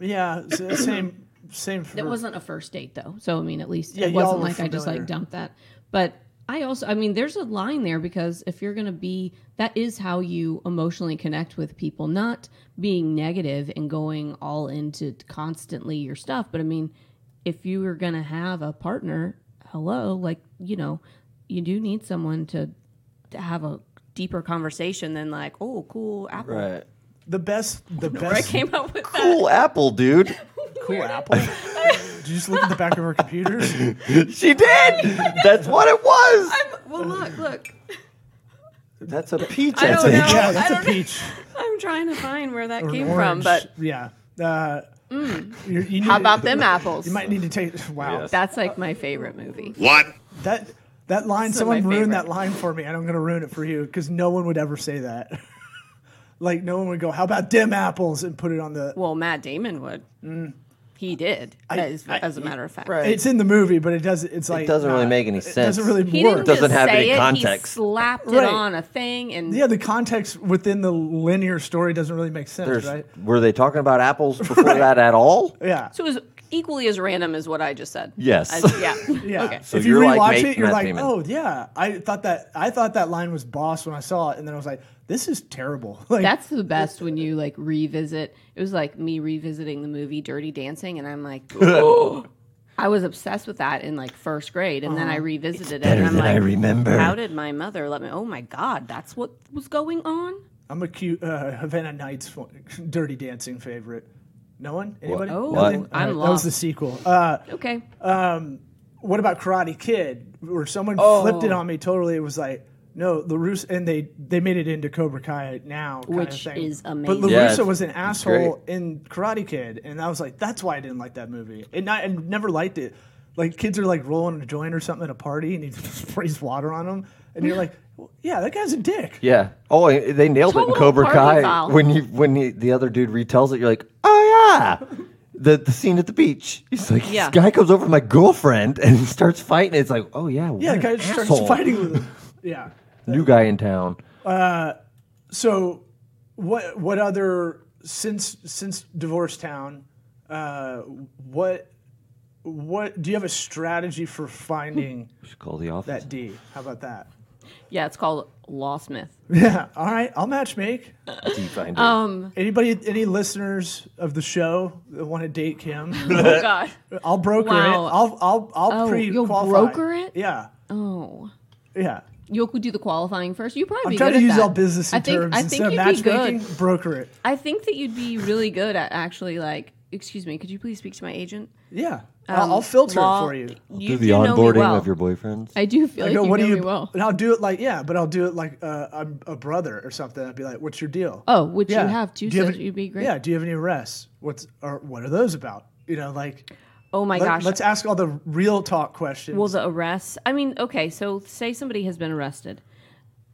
yeah, s- same, same. For, It wasn't a first date though, so I mean, at least Hmm. Yeah, it y'all wasn't were like I just familiar. like dumped that. But I also, I mean, there's a line there because if you're gonna be, that is how you emotionally connect with people, not being negative and going all into constantly your stuff. But I mean, if you are gonna have a partner, hello, like you know, you do need someone to, to have a deeper conversation than like, oh, cool apple. Right. the best. The I best. came up with that. Cool apple, dude. Cool apple. Did you just look at the back of our computers? she did. That's what it was. Well, look, look. That's a peach. I That's don't a- know. yeah, I that's don't a peach. I'm trying to find where that or an came from, orange. but Mm. yeah. Uh, you you how need- about them apples? You might need to take. Wow, Yes. That's like my favorite movie. What? that that line. Some of someone my ruined that favorite. line for me, and I'm gonna ruin it for you because no one would ever say that. like no one would go, "How about them apples?" and put it on the. Well, Matt Damon would. Mm. He did, as, as a matter of fact. Right. It's in the movie, but it doesn't. It's like doesn't really not- make any It doesn't sense. really He work. didn't Doesn't just have say any it, context. He slapped it Right. on a thing and yeah, the context within the linear story doesn't really make sense, There's- right? Were they talking about apples before that at all? Yeah. So it was equally as random as what I just said. Yes. As- yeah. Yeah. Okay. So if you you're rewatch like Ma- it, you're Matt like, Damon. oh yeah, I thought that I thought that line was boss when I saw it, and then I was like, this is terrible. Like That's the best when you like revisit. It was like me revisiting the movie Dirty Dancing, and I'm like, I was obsessed with that in like first grade, and Uh-huh. then I revisited it, and Better I'm than I like, remember. how did my mother let me? Oh my god, that's what was going on. I'm a cute uh, Havana Nights one- Dirty Dancing favorite. No one? Anybody? Oh, Nothing? All I'm right, That was lost. the sequel. Uh, Okay, what about Karate Kid? Where someone Oh. flipped it on me totally. It was like, no, LaRusso, and they, they made it into Cobra Kai now, kind Which of thing. is But amazing. LaRusso Yeah, it's- was an it's asshole in Karate Kid, and I was like, that's why I didn't like that movie. And I, I never liked it. Like kids are like rolling a joint or something at a party, and he sprays water on them, and you're like, well, yeah, that guy's a dick. Yeah. Oh, and they nailed it in Total Cobra party Kai foul. when you when you, the other dude retells it. You're like, oh yeah, the the scene at the beach. He's like, Yeah. this guy comes over to my girlfriend and starts fighting. It's like, oh yeah, Yeah, what the guy an just starts asshole. fighting with him. Yeah. New guy in town. So, what what other since since Divorce Town, uh, what what do you have a strategy for finding Just call the office. that D? How about that? Yeah, it's called Lawsmith. Yeah. All right. I'll matchmake. D finder. Um, Anybody, any listeners of the show that want to date Kim, Oh God. I'll broker Wow. it. I'll I'll I'll Oh, pre you'll qualify. broker it? Yeah. Oh. Yeah. You'll do the qualifying first. You probably. I'm be trying good to at use that. all business I in think, terms I think instead of you'd matchmaking. Be good. Broker it. I think that you'd be really good at actually like. Excuse me. Could you please speak to my agent? Yeah. Um, I'll, I'll filter it law- for you. you do the know me onboarding well. of your boyfriends. I do feel I like go, you what know do you? me well. And I'll do it like yeah, but I'll do it like uh, I'm a brother or something. I'd be like, "What's your deal?" Oh, which yeah. you have too, Do you so any- you'd be great. Yeah. Do you have any arrests? What's or what are those about? You know, like Oh my let, gosh. us ask all the real talk questions. Well, the arrests. I mean, okay, so say somebody has been arrested.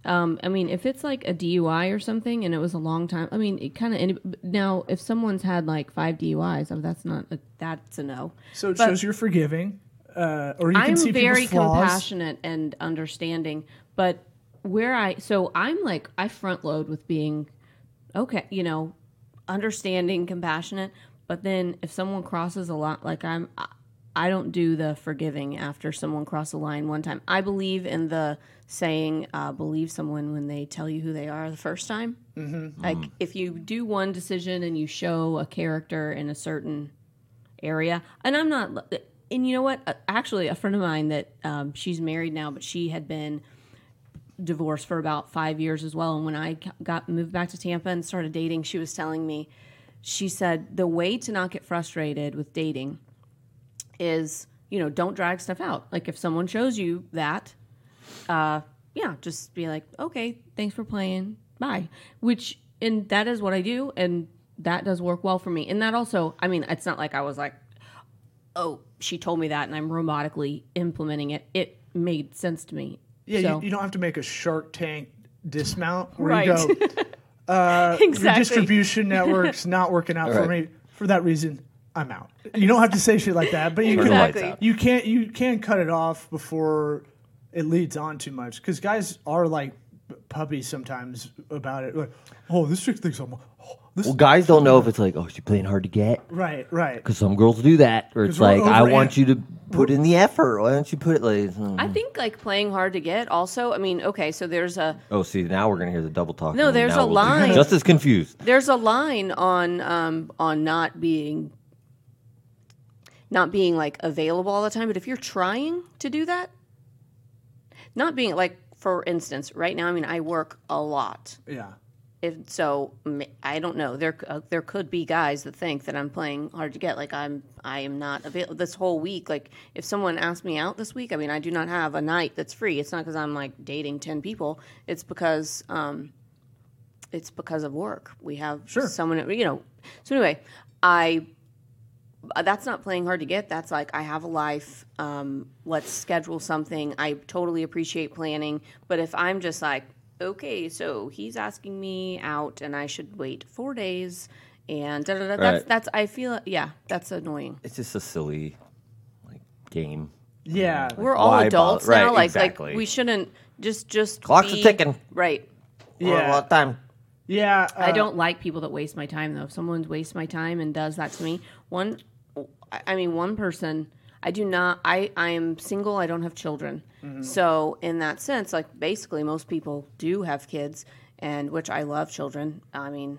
Um, I mean, if it's like a DUI or something, and it was a long time. I mean, it kind of now if someone's had like five DUIs, oh, that's not a, that's a no. so it but- shows you're forgiving, uh, or you can I'm see very people's flaws. compassionate and understanding, but where I so I'm like I front load with being okay, you know, understanding, compassionate, but then if someone crosses a lot like I'm I- I don't do the forgiving after someone crossed a line one time. I believe in the saying uh, believe someone when they tell you who they are the first time. Mm-hmm. Like if you do one decision and you show a character in a certain area. And I'm not, and you know what? Uh, Actually, a friend of mine that um, she's married now, but she had been divorced for about five years as well. And when I c- got moved back to Tampa and started dating, she was telling me, she said, the way to not get frustrated with dating is, you know, don't drag stuff out. Like if someone shows you that, uh, yeah, just be like, okay, thanks for playing, bye. Which and that is what I do, and that does work well for me. And that also, I mean, it's not like I was like, oh, she told me that, and I'm robotically implementing it. It made sense to me. Yeah, So- you, you don't have to make a Shark Tank dismount where Right. you go. Uh, Your Exactly. distribution network's not working out for Right. me. For that reason, I'm out. You don't have to say shit like that, but you Turn the lights can, Exactly. out. you can't you can cut it off before it leads on too much because guys are like puppies sometimes about it. Like, oh, this chick thinks I'm. Oh, this well, guys don't know if it's like, oh, she playing hard to get. right, right. Because some girls do that, or it's 'Cause we're like, I over want it. you to put in the effort. Why don't you put it like? hmm. I think like playing hard to get. Also, I mean, okay, so there's a Oh, see, now we're gonna hear the double talk. No, and there's now a we'll be line. Just as confused. there's a line on um, on not being not being like available all the time but if you're trying to do that not being like for instance right now i mean i work a lot Yeah. if so m- i don't know there c- uh, there could be guys that think that i'm playing hard to get like i'm i am not available this whole week like if someone asked me out this week i mean i do not have a night that's free it's not because i'm like dating 10 people it's because um it's because of work we have Sure. someone at- you know so anyway i uh, that's not playing hard to get. That's like I have a life. Um, let's schedule something. I totally appreciate planning, but if I'm just like, okay, so he's asking me out, and I should wait four days, and da da da. That's Right. that's I feel yeah, that's annoying. It's just a silly, like, game. Yeah. We're all Why bother- adults now. right, like exactly. like we shouldn't just just Clock's be- a-ticking. Right. Yeah. What time? Yeah. Uh, I don't like people that waste my time though. If someone wastes my time and does that to me, one, I I mean, one person. I do not. I I am single. I don't have children. So in that sense, like basically most people do have kids, and which I love children. I mean,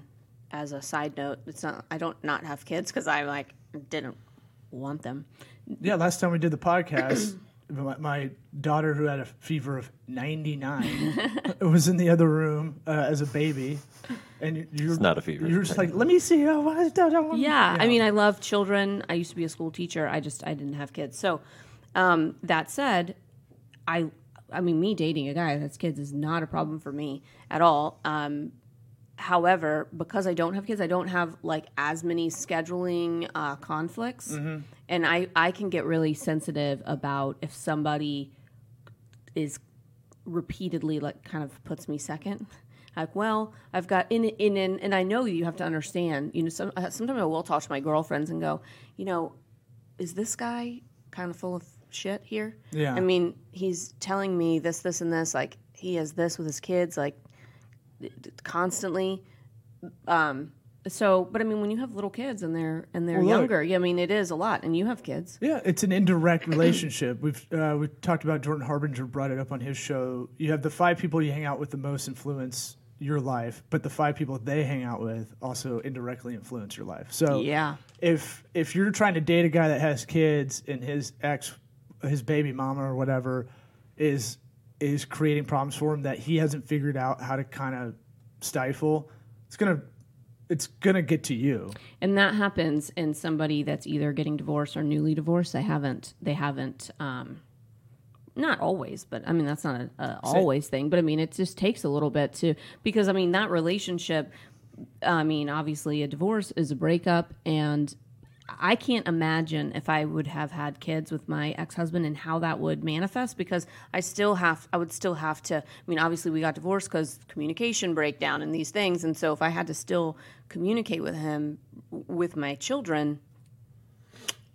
as a side note, it's not. I don't not have kids because I like didn't want them. Yeah, last time we did the podcast, my, my daughter who had a fever of 99 was in the other room uh, as a baby, and you- you're not a fever, You're just like, let me see. I want, I don't- I want-" Yeah, Yeah. I mean, I love children. I used to be a school teacher. I just I didn't have kids. So, um, that said, I I mean, me dating a guy that has kids is not a problem for me at all. Um, however, because I don't have kids, I don't have like as many scheduling uh, conflicts, and I I can get really sensitive about if somebody is repeatedly like kind of puts me second. Like, well, I've got in in in, and I know you have to understand. You know, some, uh, sometimes I will talk to my girlfriends and go, you know, Is this guy kind of full of shit here? Yeah. I mean, he's telling me this, this, and this. Like he has this with his kids. Like constantly. Um, So, but I mean, when you have little kids and they're and they're Well, look. younger, yeah, I mean, it is a lot. And you have kids. Yeah, it's an indirect relationship. We've uh, we talked about Jordan Harbinger brought it up on his show. You have the five people you hang out with the most influence your life, but the five people they hang out with also indirectly influence your life. So Yeah. if if you're trying to date a guy that has kids and his ex, his baby mama or whatever, is is creating problems for him that he hasn't figured out how to kind of stifle, it's gonna it's gonna get to you. and that happens in somebody that's either getting divorced or newly divorced they haven't they haven't um not always but i mean that's not a, a always thing but i mean it just takes a little bit to because i mean that relationship i mean obviously a divorce is a breakup and i can't imagine if i would have had kids with my ex-husband and how that would manifest because i still have i would still have to i mean obviously we got divorced because communication breakdown and these things and so if i had to still communicate with him with my children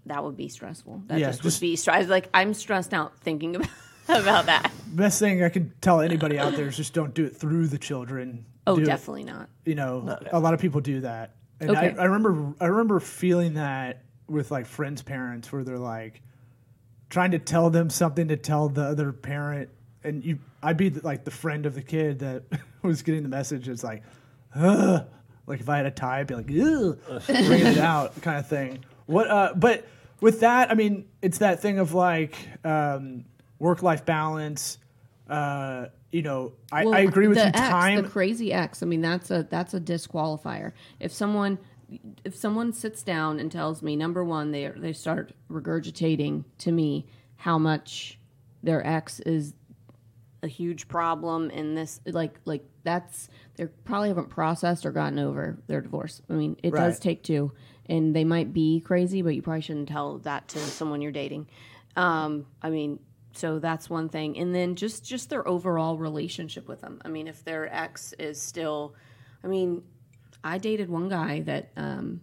that would be stressful that Yeah, just, just- would be stress like i'm stressed out thinking about, about that best thing I can tell anybody out there is just don't do it through the children. oh Do it- definitely not you know, a lot of people do that, and Okay. I, I remember I remember feeling that with like friends' parents, where they're like trying to tell them something to tell the other parent, and you, I'd be like the friend of the kid that was getting the message. It's like, Ugh. like if I had a tie, I'd be like, Ugh, bring it out, kind of thing. What? Uh, but with that, I mean, it's that thing of like um, work-life balance. Uh, you know, I, I agree with the you. ex, time the crazy ex. I mean, that's a that's a disqualifier. If someone if someone sits down and tells me number one, they they start regurgitating to me how much their ex is a huge problem in this like like that's they probably haven't processed or gotten over their divorce. I mean, it does Right. take two, and they might be crazy, but you probably shouldn't tell that to someone you're dating. Um, I mean, so that's one thing, and then just just their overall relationship with them. I mean, if their ex is still, I mean, I dated one guy that um,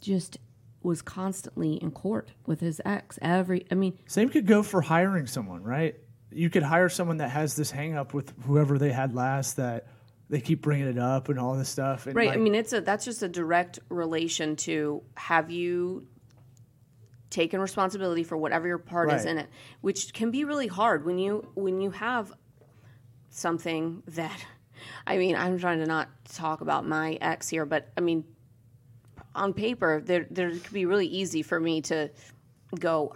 just was constantly in court with his ex every. I mean, Same could go for hiring someone, right? You could hire someone that has this hang up with whoever they had last that they keep bringing it up and all this stuff. And Right. like- I mean, it's a that's just a direct relation to have you taken responsibility for whatever your part is Right. in it, which can be really hard when you when you have something that I mean, I'm trying to not talk about my ex here, but I mean, on paper, there there could be really easy for me to go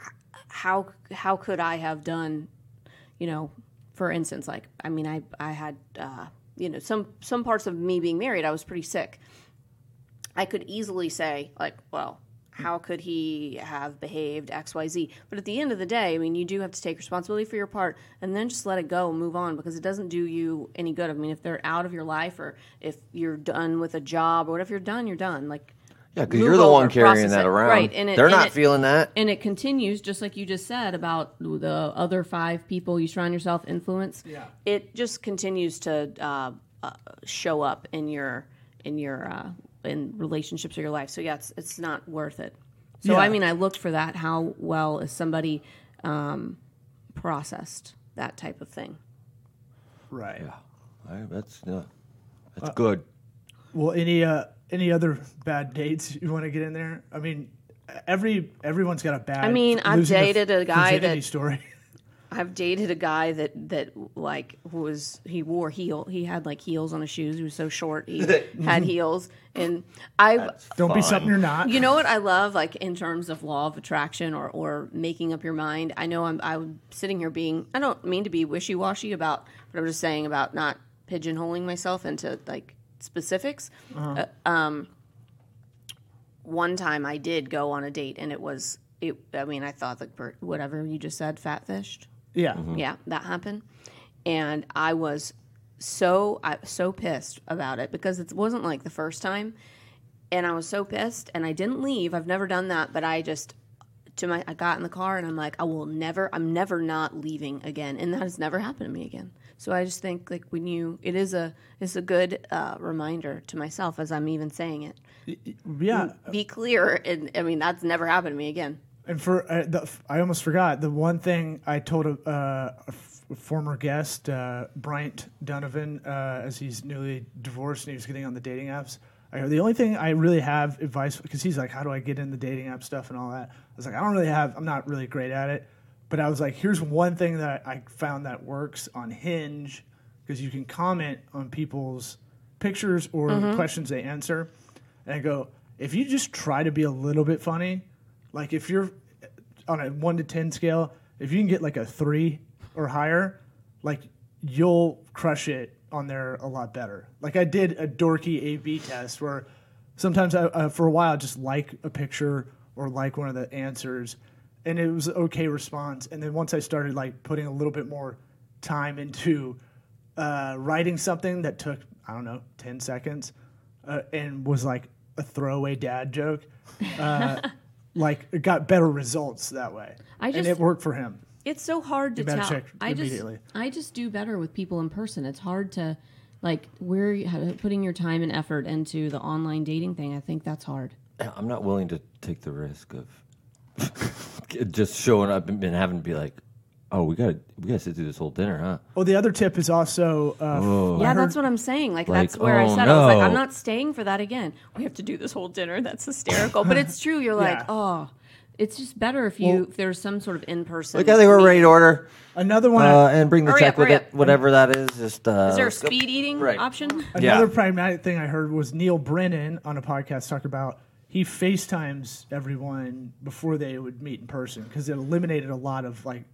how how could I have done you know, for instance, like I mean, I I had uh, you know some some parts of me being married, I was pretty sick. I could easily say like, well, how could he have behaved X Y Z? But at the end of the day, I mean, you do have to take responsibility for your part, and then just let it go and move on because it doesn't do you any good. I mean, if they're out of your life or if you're done with a job or whatever, you're done, you're done. Like, Yeah, because move you're the one over, carrying process that it. around. right? And it, they're and not it- feeling that. and it continues just like you just said about the other five people you surround yourself influence yeah it just continues to uh, uh, show up in your in your uh, in relationships of your life. So yeah, it's it's not worth it. so Yeah. i mean i looked for that how well is somebody um, processed that type of thing right. All right, that's yeah, Uh, that's good. Well, any uh, any other bad dates you want to get in there? I mean, every everyone's got a bad. I mean, I've dated a guy that- story. I've dated a guy that that like was he wore heel he had like heels on his shoes. He was so short he had heels, and I Don't be Fine. something you're not. you know what I love of, like in terms of law of attraction or, or making up your mind. I know I'm I'm sitting here being I don't mean to be wishy washy about, but I'm just saying about not pigeonholing myself into like specifics. Uh, um, one time I did go on a date and it was it. I mean I thought like per- whatever you just said, fat fished. yeah. Yeah, that happened, and I was so I so pissed about it because it wasn't like the first time. and I was so pissed and I didn't leave. I've never done that, but I just to my I got in the car and I'm like, I will never I'm never not leaving again. And that has never happened to me again. So I just think like when you it is a it's a good uh, reminder to myself as I'm even saying it. Yeah. Be clear and I mean that's never happened to me again. And for uh, the, I almost forgot the one thing I told a, uh, a f- former guest, uh, Bryant Donovan, uh, as he's newly divorced and he was getting on the dating apps. I go, the only thing I really have advice because he's like, how do I get in the dating app stuff and all that? I was like, I don't really have. I'm not really great at it. But I was like, here's one thing that I found that works on Hinge because you can comment on people's pictures or questions they answer. And I go, if you just try to be a little bit funny, like if you're on a one to 10 scale, if you can get like a three or higher, like you'll crush it on there a lot better. Like I did a dorky A B test where sometimes I, uh, for a while, I just like a picture or like one of the answers, and it was an okay response. And then once I started like putting a little bit more time into uh, writing something that took I don't know ten seconds, uh, and was like a throwaway dad joke, uh, like it got better results that way, I and just- it worked for him. It's so hard to better tell. check I just immediately. I just do better with people in person. It's hard to like where you- how- putting your time and effort into the online dating thing. I think that's hard. I'm not willing to take the risk of just showing up and having to be like, oh, we got to we got to sit through this whole dinner, huh? Well, Oh, the other tip is also uh, Yeah, that's what I'm saying. Like, Like, that's where I oh, said I was like, I'm no. not staying for that again. We have to do this whole dinner. That's hysterical, but it's true. You're like, Yeah. Oh, it's just better if you if there's some sort of in person. Look, I think we're ready to order another one. I- uh, and bring the Hurry check up, with hurry it, up. whatever that is. Just uh, Is there a let's go. speed eating Right. option? Yeah. Another pragmatic thing I heard was Neil Brennan on a podcast talk about he FaceTimes everyone before they would meet in person because it eliminated a lot of like,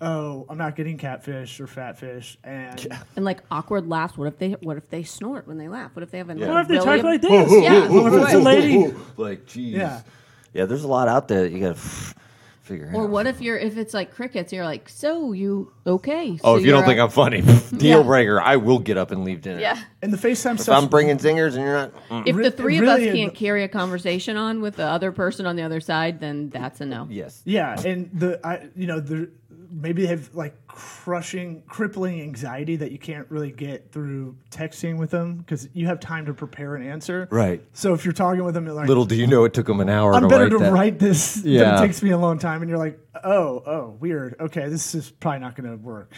oh, I'm not getting catfish or fatfish, and and like awkward laughs. What if they what if they snort when they laugh? What if they have a what if they really- talk like this? Yeah. What if it's a lady? Like, geez. Yeah. Yeah. there's a lot out there that you got to figure Or out. what if you're if it's like crickets? You're like, so you okay? Oh, so if you don't you're think a- I'm funny, deal Yeah. breaker. I will get up and leave dinner. Yeah. And the FaceTime If I'm stuff. bringing zingers and you're not, mm, if Re- the three of really us can't ad- carry a conversation on with the other person on the other side, then that's a no. yes, Yeah, and the I you know the maybe they have like crushing, crippling anxiety that you can't really get through texting with them because you have time to prepare an answer. Right. So if you're talking with them, you're like, little do you know it took him an hour. I'm to better write to that. write this. Yeah. Yeah. It takes me a long time. And you're like, oh, oh, weird. Okay, this is probably not going to work.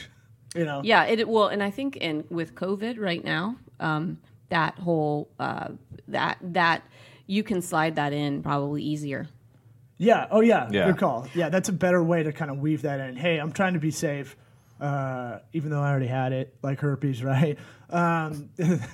You know? Yeah, it well, and I think in with COVID right now, um, that whole uh, that that you can slide that in probably easier. Yeah. Oh, yeah. Yeah. Good call. Yeah, that's a better way to kind of weave that in. Hey, I'm trying to be safe, uh, even though I already had it, like herpes, right? Um,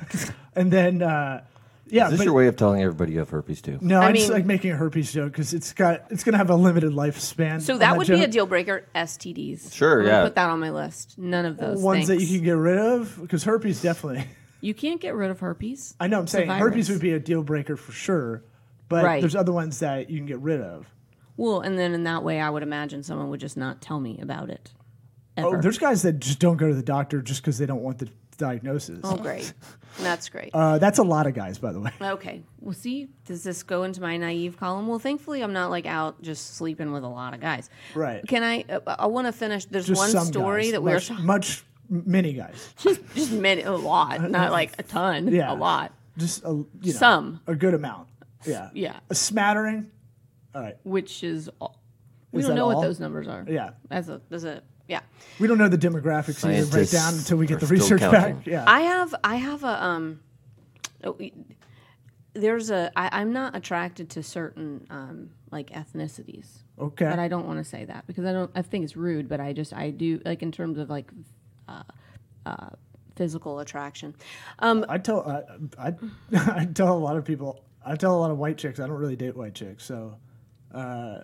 and then, uh, yeah. Is this but, Mm. your way of telling everybody you have herpes too? no, I I am just mean- like making a herpes joke because it's got it's gonna have a limited lifespan. So on that would be a joke. deal breaker. STDs. Sure, I'm gonna yeah. Put that on my list. None of those Ones that things. you can get rid of because herpes definitely. not get rid of herpes. I know I'm It's a saying herpes virus. would be a deal breaker for sure, but Right. there's other ones that you can get rid of. well, and then in that way, I would imagine someone would just not tell me about it. Oh, ever. there's guys that just don't go to the doctor just because they don't want the diagnosis. Oh, great. That's great. Uh, that's a lot of guys, by the way. okay. Well, see, does this go into my naive column? Well, thankfully, I'm not like out just sleeping with a lot of guys. Right. Can I? Uh, I want to finish. There's Just one some story guys. that we were much, talking. much many guys. Just many, a lot, not like a ton. Yeah, a lot. Just a, you know, Some. a good amount. Yeah, Yeah. a smattering. Which is, all, we Is don't that know all? what those numbers are. Yeah, That's a. That's a. Yeah. we don't know the demographics either right Scientists down until we get are the still research counting. back. Yeah, I have I have a um oh, e- there's a I, I'm not attracted to certain um Like ethnicities. okay. But I don't want to say that because I don't. I think it's rude. But I just I do like in terms of like uh, physical attraction. Um I tell I, I I tell a lot of people. I tell a lot of white chicks. I don't really date white chicks. So, uh,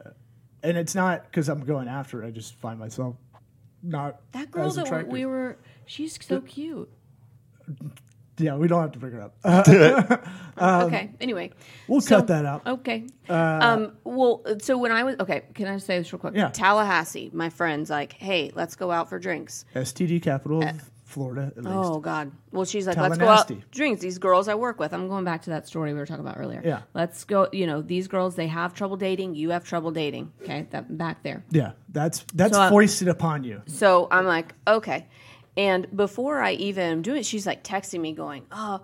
and it's not because I'm going after. it. I just find myself not that girl as that attractive. we were. She's so cute. yeah, we don't have to bring her up. Uh, okay. Anyway. Um, we'll So- cut that out. Uh, Okay. um well so when I was okay, Can I say this real quick? Yeah. Tallahassee, my friends like, "Hey, let's go out for drinks." STD capital Uh, of Florida, at least. Oh god. Well, she's like, "Let's go out Tallahassee. drinks." These girls I work with. I'm I'm going back to that story we were talking about earlier. Yeah. Let's go. You know, these girls they have trouble dating. You have trouble dating. Okay, that back there. Yeah, that's that's So, uh, foisted upon you. So I'm like, okay. And before I even do it, she's like texting me, going, "Oh,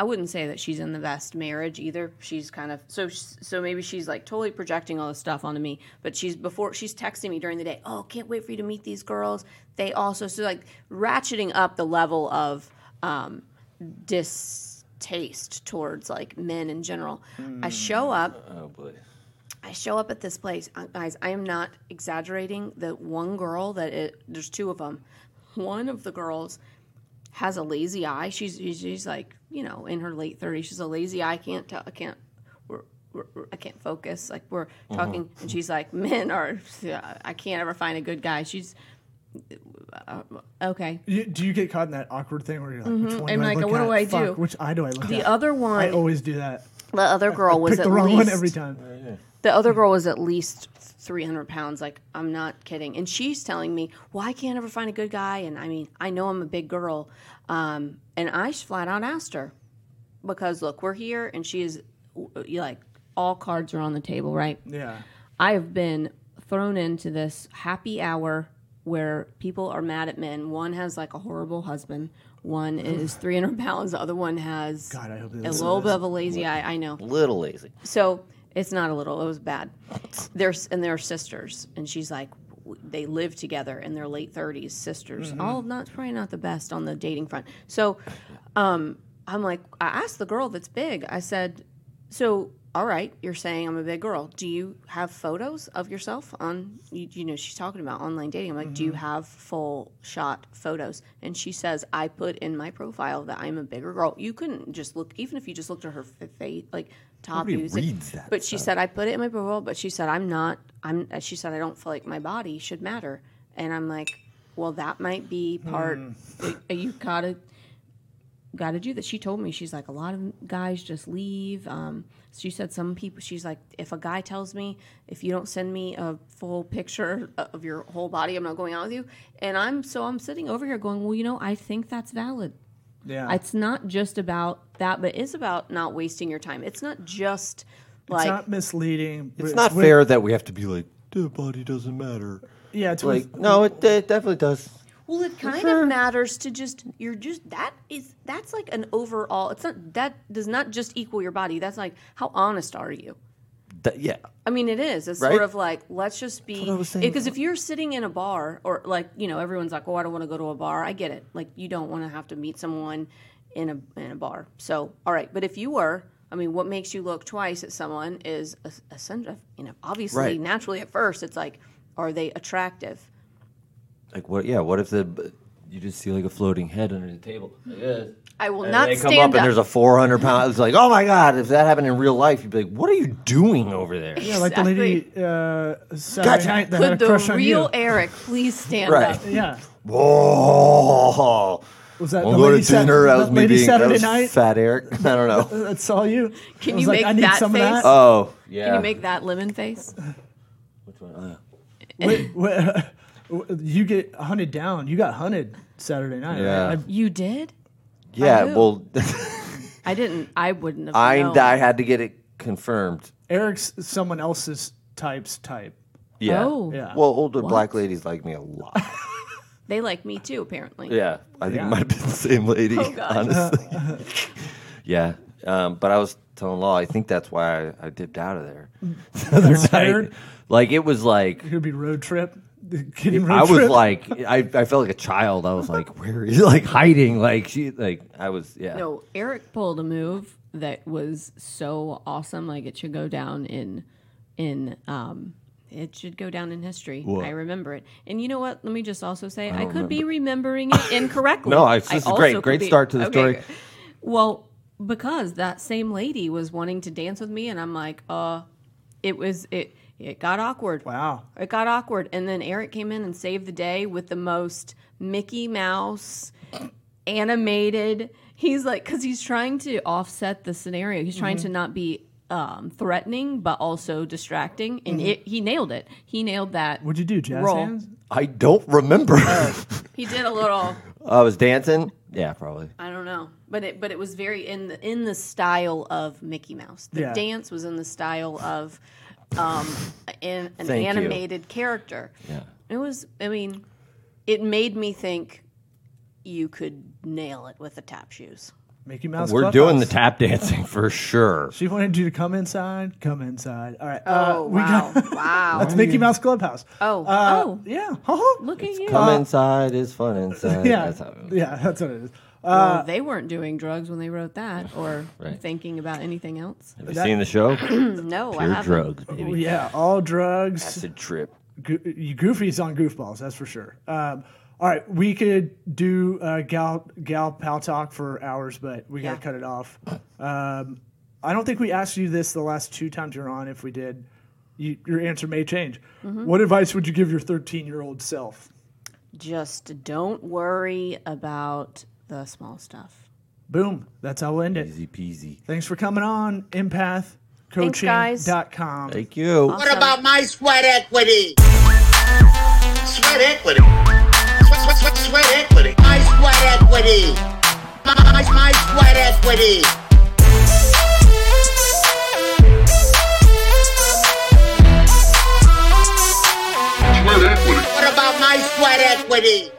I wouldn't say that she's in the best marriage either. She's kind of so so maybe she's like totally projecting all this stuff onto me. But she's before she's texting me during the day. Oh, can't wait for you to meet these girls. They also so like ratcheting up the level of um, dis taste towards like men in general. I show up. Oh boy. I show up at this place, uh, guys. I am not exaggerating. The one girl that it, there's two of them. One of the girls has a lazy eye. She's she's like you know in her late thirties. She's a lazy eye. Can't tell. I can't. We're, we're, we're- I can't focus. Like we're Uh-huh. talking, and she's like, "Men are. I can't ever find a good guy." She's uh, okay. You, do you get caught in that awkward thing where you're like, Mm-hmm. which one I'm do I like, look what at? do I Fuck, do? Which eye do I look at? The other I one, always do that. the other girl was Pick at the wrong least one every time. The other Hmm. girl was at least 300 pounds. Like, I'm not kidding. And she's telling me, well, I can't ever find a good guy. And I mean, I know I'm a big girl. Um, and I sh- flat out asked her because, look, we're here and she is w- you like, All cards are on the table, right? Yeah. I have been thrown into this happy hour where people are mad at men. One has like a horrible husband. One is 300 pounds. The other one has God, I hope they a listen to little this. bit of a lazy eye. I know. Little lazy. So it's not a little; it was bad. They're and they're sisters, and she's like, w- they live together in their late thirties, sisters. All not probably not the best on the dating front. So, um, I'm like, I asked the girl that's big. I said, so all right, you're saying I'm a big girl. Do you have photos of yourself on? You, you know, she's talking about online dating. I'm like, do you Mm-hmm. have full shot photos? And she says, I put in my profile that I'm a bigger girl. You couldn't just look, even if you just looked at her face, like top Nobody music. reads that But she said, I put it in my profile. But she said, I'm not. I'm. uh," She said, I don't feel like my body should matter. And I'm like, well, that might be part. Mm. uh, you gotta gotta do that she told me she's like a lot of guys just leave um, she said some people She's like, if a guy tells me if you don't send me a full picture of your whole body, I'm not going out with you. And I'm so I'm sitting over here going, well, you know, i think that's valid Yeah. it's not just about that but it is about not wasting your time. It's not just it's like not misleading. but It's not with- fair that we have to be like, their body doesn't matter. Yeah, it's Like, like no, it, it definitely does. Well, it kind of matters to just you're just that is that's like an overall. It's not that does not just equal your body. That's like how honest are you? That- yeah. I mean, it is. It's Right? sort of like let's just be what I was saying. because if you're sitting in a bar or like you know everyone's like, oh, I don't want to go to a bar. I get it. Like you don't want to have to meet someone in a in a bar. So all right, but if you were, I mean, what makes you look twice at someone is a, a sense of you know obviously Right. naturally at first it's like are they attractive? Like, what? Yeah. What if the you just see like a floating head under the table? Like this. I will And not they come stand up, and there's a 400 pound. It's like, oh my god! If that happened in real life, you'd be like, what are you doing over there? yeah, like the lady uh, Saturday Gotcha. night that had a Could crush the on real you. Eric please stand Right. up? yeah. Whoa! Was that We'll the go lady to dinner. Sat- that was me lady being that Saturday was night? Fat Eric. I don't know. That saw you. Can I was you like, make I need that some of face? that. Oh, yeah. Can you make that lemon face? Which one? Oh, yeah. Wait, wait, you get hunted down. You got hunted Saturday night. Yeah. Right? you did Yeah, who? well, i didn't i wouldn't have I known. I had to get it confirmed. I- Eric's someone else's type's type. Yeah. Oh. Yeah. Well, older black ladies like me a lot. They like me too, apparently. yeah, I think Yeah. it might have been the same lady. Oh, God. Honestly. yeah. Um, but I was telling Law, I think that's why I, I dipped out of there. The other night. Mm. tired? Like it was like It would be road trip. Kidding, road I was trip. like I, I felt like a child. I was like, where is like hiding? Like she like I was yeah. no eric pulled a move that was so awesome like it should go down in in um it should go down in history. I remember it. And you know what? Let me just also say I, could be remembering it incorrectly. No, it's- this is also great. could Great start to the story. good. Well, because that same lady was wanting to dance with me and I'm like, uh it was it it got awkward. wow. It got awkward, and then Eric came in and saved the day with the most Mickey Mouse animated. He's like, because he's trying to offset the scenario. He's trying Mm-hmm. to not be um, threatening, but also distracting, and Mm-hmm. it, he nailed it. He nailed that. What'd you do, jazz Roll. hands? I don't remember. Oh, He did a little. I was dancing. Yeah, probably. I don't know, but it but it was very in the in the style of Mickey Mouse. The Yeah. dance was in the style of um, in, an Thank you. animated character. Yeah. It was. I mean, it made me think you could nail it with the tap shoes. Mickey Mouse. We're Clubhouse. doing the tap dancing for sure. She wanted you to come inside. Come inside. All right. Oh uh, we wow! Got, wow! that's Mickey Mouse Clubhouse. Oh Uh, oh! Yeah. Huh? Look at you. Come inside is fun inside. Yeah. That's how- yeah. That's what it is. Uh, well, they weren't doing drugs when they wrote that, or Right. thinking about anything else. Have you seen the show? Pure No, I haven't. drugs, baby. Oh, Yeah, all drugs. Acid trip. Go- Goofy's on goofballs, that's for sure. Um, all right, we could do uh, gal gal pal talk for hours, but we Yeah. gotta cut it off. Um, I don't think we asked you this the last two times you're on. If we did, you, your answer may change. Mm-hmm. What advice would you give your 13 year old self? Just don't worry about the small stuff. Boom, that's how we'll end it. Easy peasy. Thanks for coming on, guys. empathcoaching.com. Thank you. What about my sweat equity? Sweat equity. Sweat, sweat, sweat, sweat equity. My sweat equity. My, my, my sweat equity. Sweat equity. What about my sweat equity?